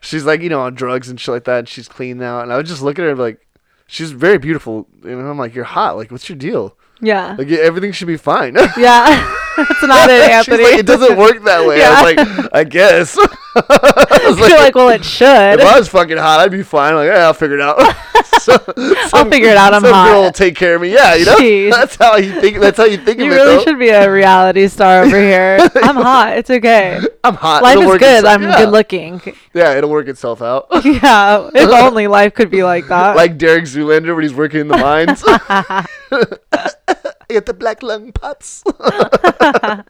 [SPEAKER 2] she's like, you know, on drugs and shit like that, and she's clean now. And I would just look at her and be like, she's very beautiful, you know. I'm like, you're hot. Like, what's your deal?
[SPEAKER 3] Yeah.
[SPEAKER 2] Like, e-, everything should be fine. she's
[SPEAKER 3] yeah. that's not it,
[SPEAKER 2] like,
[SPEAKER 3] Anthony.
[SPEAKER 2] it doesn't work that way. I was like, I guess. I was
[SPEAKER 3] You're like,
[SPEAKER 2] like,
[SPEAKER 3] well, it should.
[SPEAKER 2] if I was fucking hot, I'd be fine. Like, yeah, I'll figure it out. So- some-
[SPEAKER 3] figure it out, I'm
[SPEAKER 2] some girl
[SPEAKER 3] hot.
[SPEAKER 2] will take care of me. Yeah, you know.
[SPEAKER 3] Jeez.
[SPEAKER 2] That's how you think. That's how you think
[SPEAKER 3] You
[SPEAKER 2] of it.
[SPEAKER 3] really
[SPEAKER 2] though.
[SPEAKER 3] should be a reality star over here. I'm hot. It's okay.
[SPEAKER 2] I'm hot.
[SPEAKER 3] Life
[SPEAKER 2] It'll
[SPEAKER 3] is
[SPEAKER 2] work
[SPEAKER 3] good.
[SPEAKER 2] itself-
[SPEAKER 3] I'm
[SPEAKER 2] Uh, yeah.
[SPEAKER 3] good looking.
[SPEAKER 2] Yeah, it'll work itself out.
[SPEAKER 3] Yeah. If only life could be like that.
[SPEAKER 2] like Derek Zoolander when he's working in the mines. Get the black lung pots.
[SPEAKER 3] oh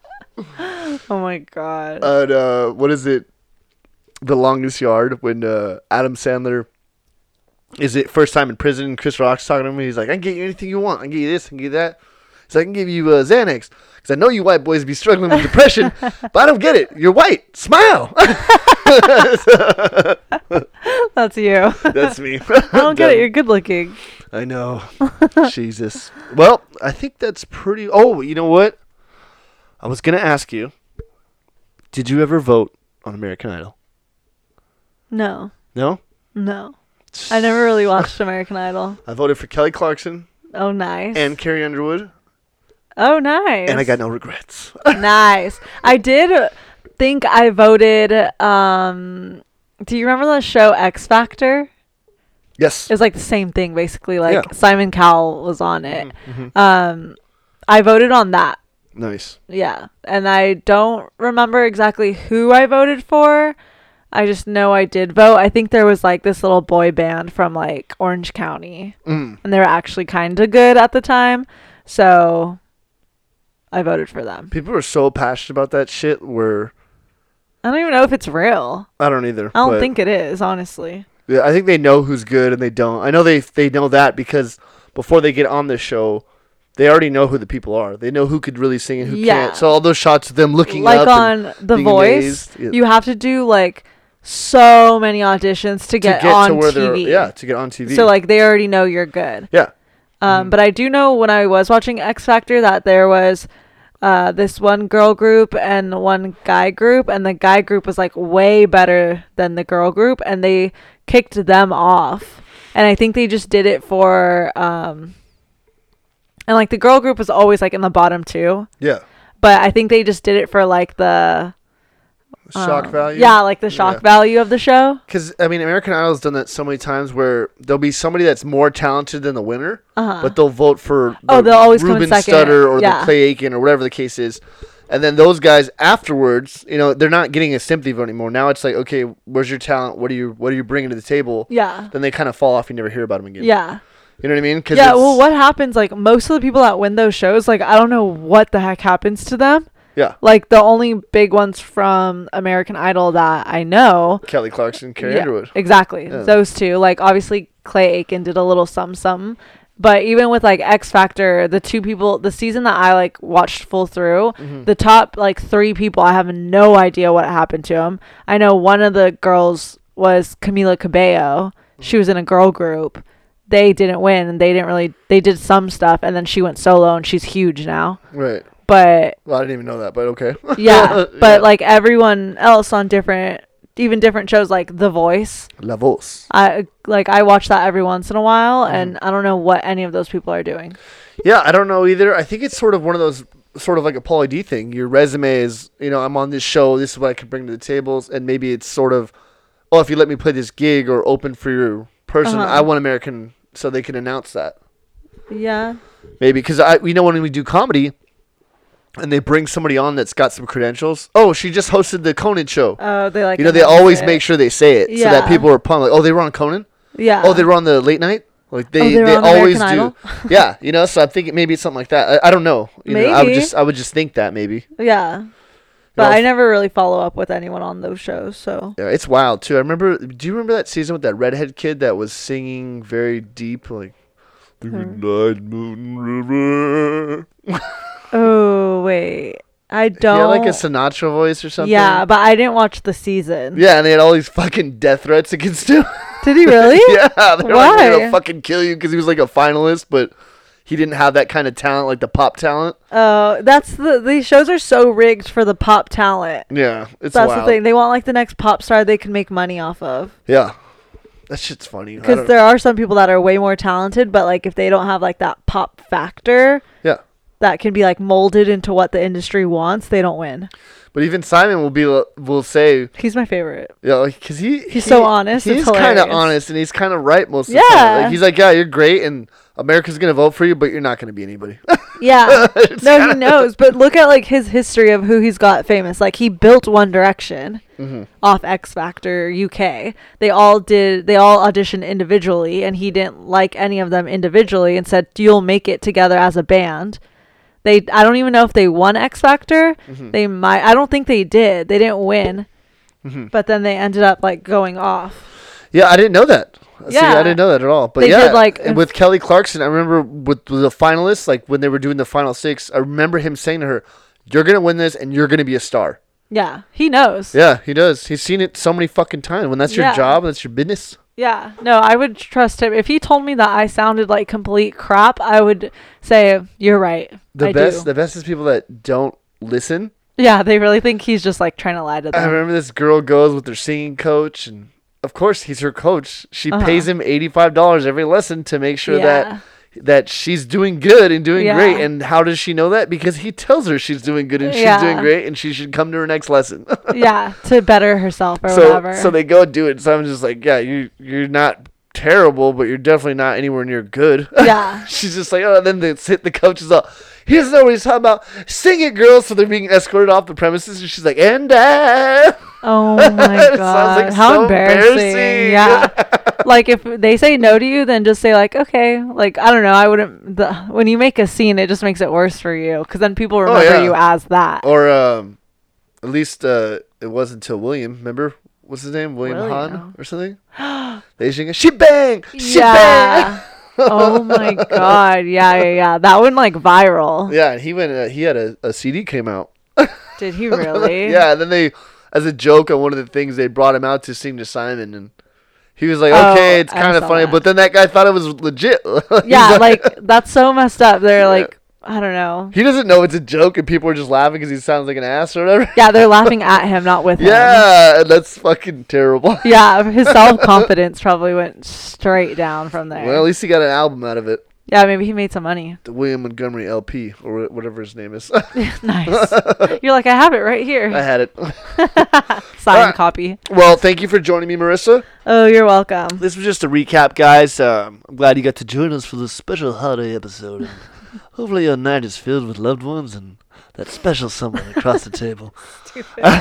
[SPEAKER 3] my god.
[SPEAKER 2] and uh, what is it? The longest yard when uh, Adam Sandler is it first time in prison. and Chris Rock's talking to him. He's like, "I can get you anything you want. I can get you this. I can get you that." He's like, "I can give you uh, Xanax." Because I know you white boys be struggling with depression, but I don't get it. You're white. Smile.
[SPEAKER 3] That's you.
[SPEAKER 2] That's me.
[SPEAKER 3] I don't get it. You're good looking.
[SPEAKER 2] I know. Jesus. Well, I think that's pretty. Oh, you know what? I was going to ask you Did you ever vote on American Idol?
[SPEAKER 3] No,
[SPEAKER 2] No?
[SPEAKER 3] no. I never really watched American Idol.
[SPEAKER 2] I voted for Kelly Clarkson
[SPEAKER 3] Oh, nice.
[SPEAKER 2] and Carrie Underwood,
[SPEAKER 3] oh, nice.
[SPEAKER 2] and I got no regrets.
[SPEAKER 3] nice. I did think I voted. Um, do you remember the show X Factor?
[SPEAKER 2] yes.
[SPEAKER 3] It was like the same thing, basically. Like
[SPEAKER 2] Yeah. Mm-hmm.
[SPEAKER 3] Simon Cowell was on it. Um, I voted on that.
[SPEAKER 2] Nice.
[SPEAKER 3] Yeah. And I don't remember exactly who I voted for. I just know I did vote. I think there was like this little boy band from like Orange County.
[SPEAKER 2] Mm.
[SPEAKER 3] And they were actually kind of good at the time. So I voted for them.
[SPEAKER 2] People are so passionate about that shit where
[SPEAKER 3] I don't even know if it's real.
[SPEAKER 2] I don't either.
[SPEAKER 3] I don't
[SPEAKER 2] but-
[SPEAKER 3] think it is, honestly.
[SPEAKER 2] Yeah, I think they know who's good and they don't. I know they they know that because before they get on this show, they already know who the people are. They know who could really sing and who
[SPEAKER 3] Yeah.
[SPEAKER 2] can't. So all those shots of them looking
[SPEAKER 3] Like
[SPEAKER 2] up and
[SPEAKER 3] on The
[SPEAKER 2] being
[SPEAKER 3] Voice,
[SPEAKER 2] amazed, yeah.
[SPEAKER 3] you have to do like so many auditions to
[SPEAKER 2] to
[SPEAKER 3] get,
[SPEAKER 2] get
[SPEAKER 3] on
[SPEAKER 2] to where they're
[SPEAKER 3] TV.
[SPEAKER 2] yeah to get on TV.
[SPEAKER 3] So like they already know you're good.
[SPEAKER 2] yeah, Mm.
[SPEAKER 3] Um, But I do know when I was watching X Factor that there was uh, this one girl group and one guy group, and the guy group was like way better than the girl group, and they kicked them off. and I think they just did it for um and like the girl group was always like in the bottom too,
[SPEAKER 2] Yeah.
[SPEAKER 3] but I think they just did it for like the
[SPEAKER 2] Shock value.
[SPEAKER 3] um, yeah, like the shock
[SPEAKER 2] Yeah.
[SPEAKER 3] value of the show.
[SPEAKER 2] Because I mean, American Idol's done that so many times where there'll be somebody that's more talented than the winner,
[SPEAKER 3] Uh-huh.
[SPEAKER 2] but they'll vote for
[SPEAKER 3] Oh,
[SPEAKER 2] the
[SPEAKER 3] they'll always come in
[SPEAKER 2] Ruben
[SPEAKER 3] second.
[SPEAKER 2] Studdard or
[SPEAKER 3] Yeah.
[SPEAKER 2] the Clay Aiken or whatever the case is, and then those guys afterwards, you know, they're not getting a sympathy vote anymore. Now it's like, okay, where's your talent? What do you what are you bringing to the table?
[SPEAKER 3] Yeah.
[SPEAKER 2] Then they kind of fall off. You never hear about them again.
[SPEAKER 3] Yeah.
[SPEAKER 2] You know what I mean? 'Cause
[SPEAKER 3] Yeah,
[SPEAKER 2] it's-
[SPEAKER 3] well what happens like most of the people that win those shows like I don't know what the heck happens to them.
[SPEAKER 2] Yeah.
[SPEAKER 3] Like the only big ones from American Idol that I know
[SPEAKER 2] Kelly Clarkson, Carrie
[SPEAKER 3] Yeah,
[SPEAKER 2] Underwood.
[SPEAKER 3] Exactly. Those two. Like obviously Clay Aiken did a little some some. But even with like X Factor, the two people the season that I like watched full through, the top like 3 people I have no idea what happened to them. I know one of the girls was Camila Cabello. She was in a girl group. They didn't win and they didn't really they did some stuff and then she went solo and she's huge now.
[SPEAKER 2] Right.
[SPEAKER 3] But
[SPEAKER 2] Well, I didn't even know that, but okay.
[SPEAKER 3] yeah, but
[SPEAKER 2] Yeah.
[SPEAKER 3] like everyone else on different even different shows like The Voice,
[SPEAKER 2] La Voz.
[SPEAKER 3] I like I watch that every once in a while,
[SPEAKER 2] Mm-hmm.
[SPEAKER 3] and I don't know what any of those people are doing.
[SPEAKER 2] Yeah, I don't know either. I think it's sort of one of those sort of like a Pauly D thing. Your resume is, you know, I'm on this show, this is what I can bring to the tables, and maybe it's sort of, oh, if you let me play this gig or open for your person,
[SPEAKER 3] Uh-huh.
[SPEAKER 2] I want American, so they can announce that
[SPEAKER 3] Yeah,
[SPEAKER 2] maybe because I you know when we do comedy, and they bring somebody on that's got some credentials. Oh, she just hosted the Conan show.
[SPEAKER 3] oh, they like
[SPEAKER 2] you know, they always make sure they say it so that
[SPEAKER 3] Yeah.
[SPEAKER 2] people are pumped. Like, oh, they were on Conan.
[SPEAKER 3] yeah.
[SPEAKER 2] Oh, they were on the late night. Like they,
[SPEAKER 3] Oh, they were
[SPEAKER 2] they
[SPEAKER 3] on
[SPEAKER 2] always do.
[SPEAKER 3] American
[SPEAKER 2] yeah, you know. So I'm thinking maybe it's something like that. I, I don't know. You know, I would
[SPEAKER 3] Maybe.
[SPEAKER 2] just I would just think that maybe.
[SPEAKER 3] yeah. But
[SPEAKER 2] know,
[SPEAKER 3] I
[SPEAKER 2] if-
[SPEAKER 3] never really follow up with anyone on those shows, so
[SPEAKER 2] Yeah, it's wild too. I remember. Do you remember that season with that redhead kid that was singing very deep, like Midnight Mountain River?
[SPEAKER 3] oh wait, I don't.
[SPEAKER 2] Yeah, like a Sinatra voice or something.
[SPEAKER 3] Yeah, but I didn't watch the season.
[SPEAKER 2] Yeah, and they had all these fucking death threats against him.
[SPEAKER 3] Did he really?
[SPEAKER 2] yeah, they were like, "We're
[SPEAKER 3] Why?
[SPEAKER 2] gonna fucking kill you" because he was like a finalist, but he didn't have that kind of talent, like the pop talent.
[SPEAKER 3] Oh, that's the these shows are so rigged for the pop talent.
[SPEAKER 2] Yeah, it's
[SPEAKER 3] That's
[SPEAKER 2] wild.
[SPEAKER 3] the thing. They want like the next pop star they can make money off of.
[SPEAKER 2] Yeah, that shit's funny. I
[SPEAKER 3] because
[SPEAKER 2] don't-
[SPEAKER 3] there are some people that are way more talented but like if they don't have like that pop factor
[SPEAKER 2] Yeah.
[SPEAKER 3] that can be like molded into what the industry wants they don't win
[SPEAKER 2] But even Simon will be will say, you
[SPEAKER 3] he's my favorite
[SPEAKER 2] know, because he
[SPEAKER 3] He's so honest, it's
[SPEAKER 2] He's kind of
[SPEAKER 3] hilarious.
[SPEAKER 2] honest, and he's kind of right most of the
[SPEAKER 3] Yeah.
[SPEAKER 2] time. Like, he's like, yeah, you're great, and America's gonna vote for you, but you're not gonna be anybody.
[SPEAKER 3] yeah no he knows but look at like his history of who he's got famous like he built one direction off x factor uk they all did they all auditioned individually and he didn't like any of them individually and said you'll make it together as a band they i don't even know if they won x factor they might i don't think they did they didn't win but then they ended up like going off
[SPEAKER 2] yeah, I didn't know that. See, I
[SPEAKER 3] Yeah.
[SPEAKER 2] didn't know that at all. But
[SPEAKER 3] They
[SPEAKER 2] yeah,
[SPEAKER 3] did, like-
[SPEAKER 2] and with Kelly Clarkson, I remember with the finalists, like when they were doing the final six, I remember him saying to her, "You're gonna win this, and you're gonna be a star."
[SPEAKER 3] yeah he knows yeah,
[SPEAKER 2] Yeah, he does. He's seen it so many fucking times. When that's your
[SPEAKER 3] Yeah.
[SPEAKER 2] job, that's your business.
[SPEAKER 3] no i would trust him if he told me that i sounded like complete crap i would say you're right
[SPEAKER 2] The
[SPEAKER 3] I
[SPEAKER 2] best,
[SPEAKER 3] do."
[SPEAKER 2] the best is people that don't listen.
[SPEAKER 3] Yeah, they really think he's just like trying to lie to
[SPEAKER 2] I
[SPEAKER 3] them.
[SPEAKER 2] remember this girl goes with her singing coach, and of course he's her coach. She pays him eighty five dollars every lesson to make sure
[SPEAKER 3] Uh-huh. Yeah.
[SPEAKER 2] that that she's doing good and doing great.
[SPEAKER 3] Yeah.
[SPEAKER 2] And how does she know that? Because he tells her she's doing good and she's doing
[SPEAKER 3] Yeah.
[SPEAKER 2] great, and she should come to her next lesson.
[SPEAKER 3] yeah, to better herself or
[SPEAKER 2] so
[SPEAKER 3] whatever.
[SPEAKER 2] so they go do it. So I'm just like, yeah, you you're not terrible, but you're definitely not anywhere near good.
[SPEAKER 3] yeah.
[SPEAKER 2] She's just like, oh, then they hit the coaches up. He doesn't know what he's talking about. Sing it, girls. So they're being escorted off the premises. And she's like, and I.
[SPEAKER 3] Oh my
[SPEAKER 2] It sounds
[SPEAKER 3] god.
[SPEAKER 2] like
[SPEAKER 3] How
[SPEAKER 2] so
[SPEAKER 3] embarrassing.
[SPEAKER 2] embarrassing.
[SPEAKER 3] Yeah. like if they say no to you, then just say like, okay. Like I don't know. I wouldn't. The, when you make a scene, it just makes it worse for you because then people remember
[SPEAKER 2] Oh, yeah.
[SPEAKER 3] you as that.
[SPEAKER 2] Or um, at least uh, it wasn't until William. Remember? What's his name? William
[SPEAKER 3] William.
[SPEAKER 2] Hahn or something? they sing it, she bang! She bang!
[SPEAKER 3] yeah. oh my god. Yeah, yeah, yeah. That went like viral.
[SPEAKER 2] Yeah, and he went, uh, he had a, a CD came out.
[SPEAKER 3] Did he really?
[SPEAKER 2] Yeah, and then they, as a joke on one of the things, they brought him out to sing to Simon. And he was like,
[SPEAKER 3] Oh,
[SPEAKER 2] okay, it's
[SPEAKER 3] I
[SPEAKER 2] kind of
[SPEAKER 3] saw
[SPEAKER 2] funny.
[SPEAKER 3] that.
[SPEAKER 2] But then that guy thought it was legit. He's
[SPEAKER 3] Yeah, like that's so messed up. They're like, I don't know.
[SPEAKER 2] He doesn't know it's a joke, and people are just laughing because he sounds like an ass or whatever.
[SPEAKER 3] Yeah, they're laughing at him, not with him.
[SPEAKER 2] Yeah, and that's fucking terrible.
[SPEAKER 3] Yeah, his self confidence probably went straight down from there.
[SPEAKER 2] Well, at least he got an album out of it.
[SPEAKER 3] yeah, maybe he made some money.
[SPEAKER 2] The William Montgomery LP, or wh- whatever his name is.
[SPEAKER 3] nice. You're like, I have it right
[SPEAKER 2] I
[SPEAKER 3] here.
[SPEAKER 2] had it.
[SPEAKER 3] Signed
[SPEAKER 2] Alright.
[SPEAKER 3] copy.
[SPEAKER 2] Well, thank you for joining me, Marissa.
[SPEAKER 3] Oh, you're welcome.
[SPEAKER 2] This was just a recap, guys. Um, I'm glad you got to join us for this special holiday episode. And hopefully, your night is filled with loved ones and that special someone across the table.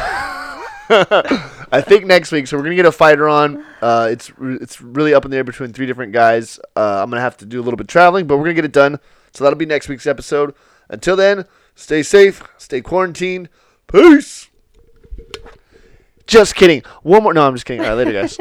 [SPEAKER 2] I think next week. So we're gonna get a fighter on. Uh, it's re- it's really up in the air between three different guys. Uh, I'm gonna have to do a little bit of traveling, but we're gonna get it done. So that'll be next week's episode. Until then, stay safe, stay quarantined. Peace. Just kidding. One more. No, I'm just kidding. All right, later, guys.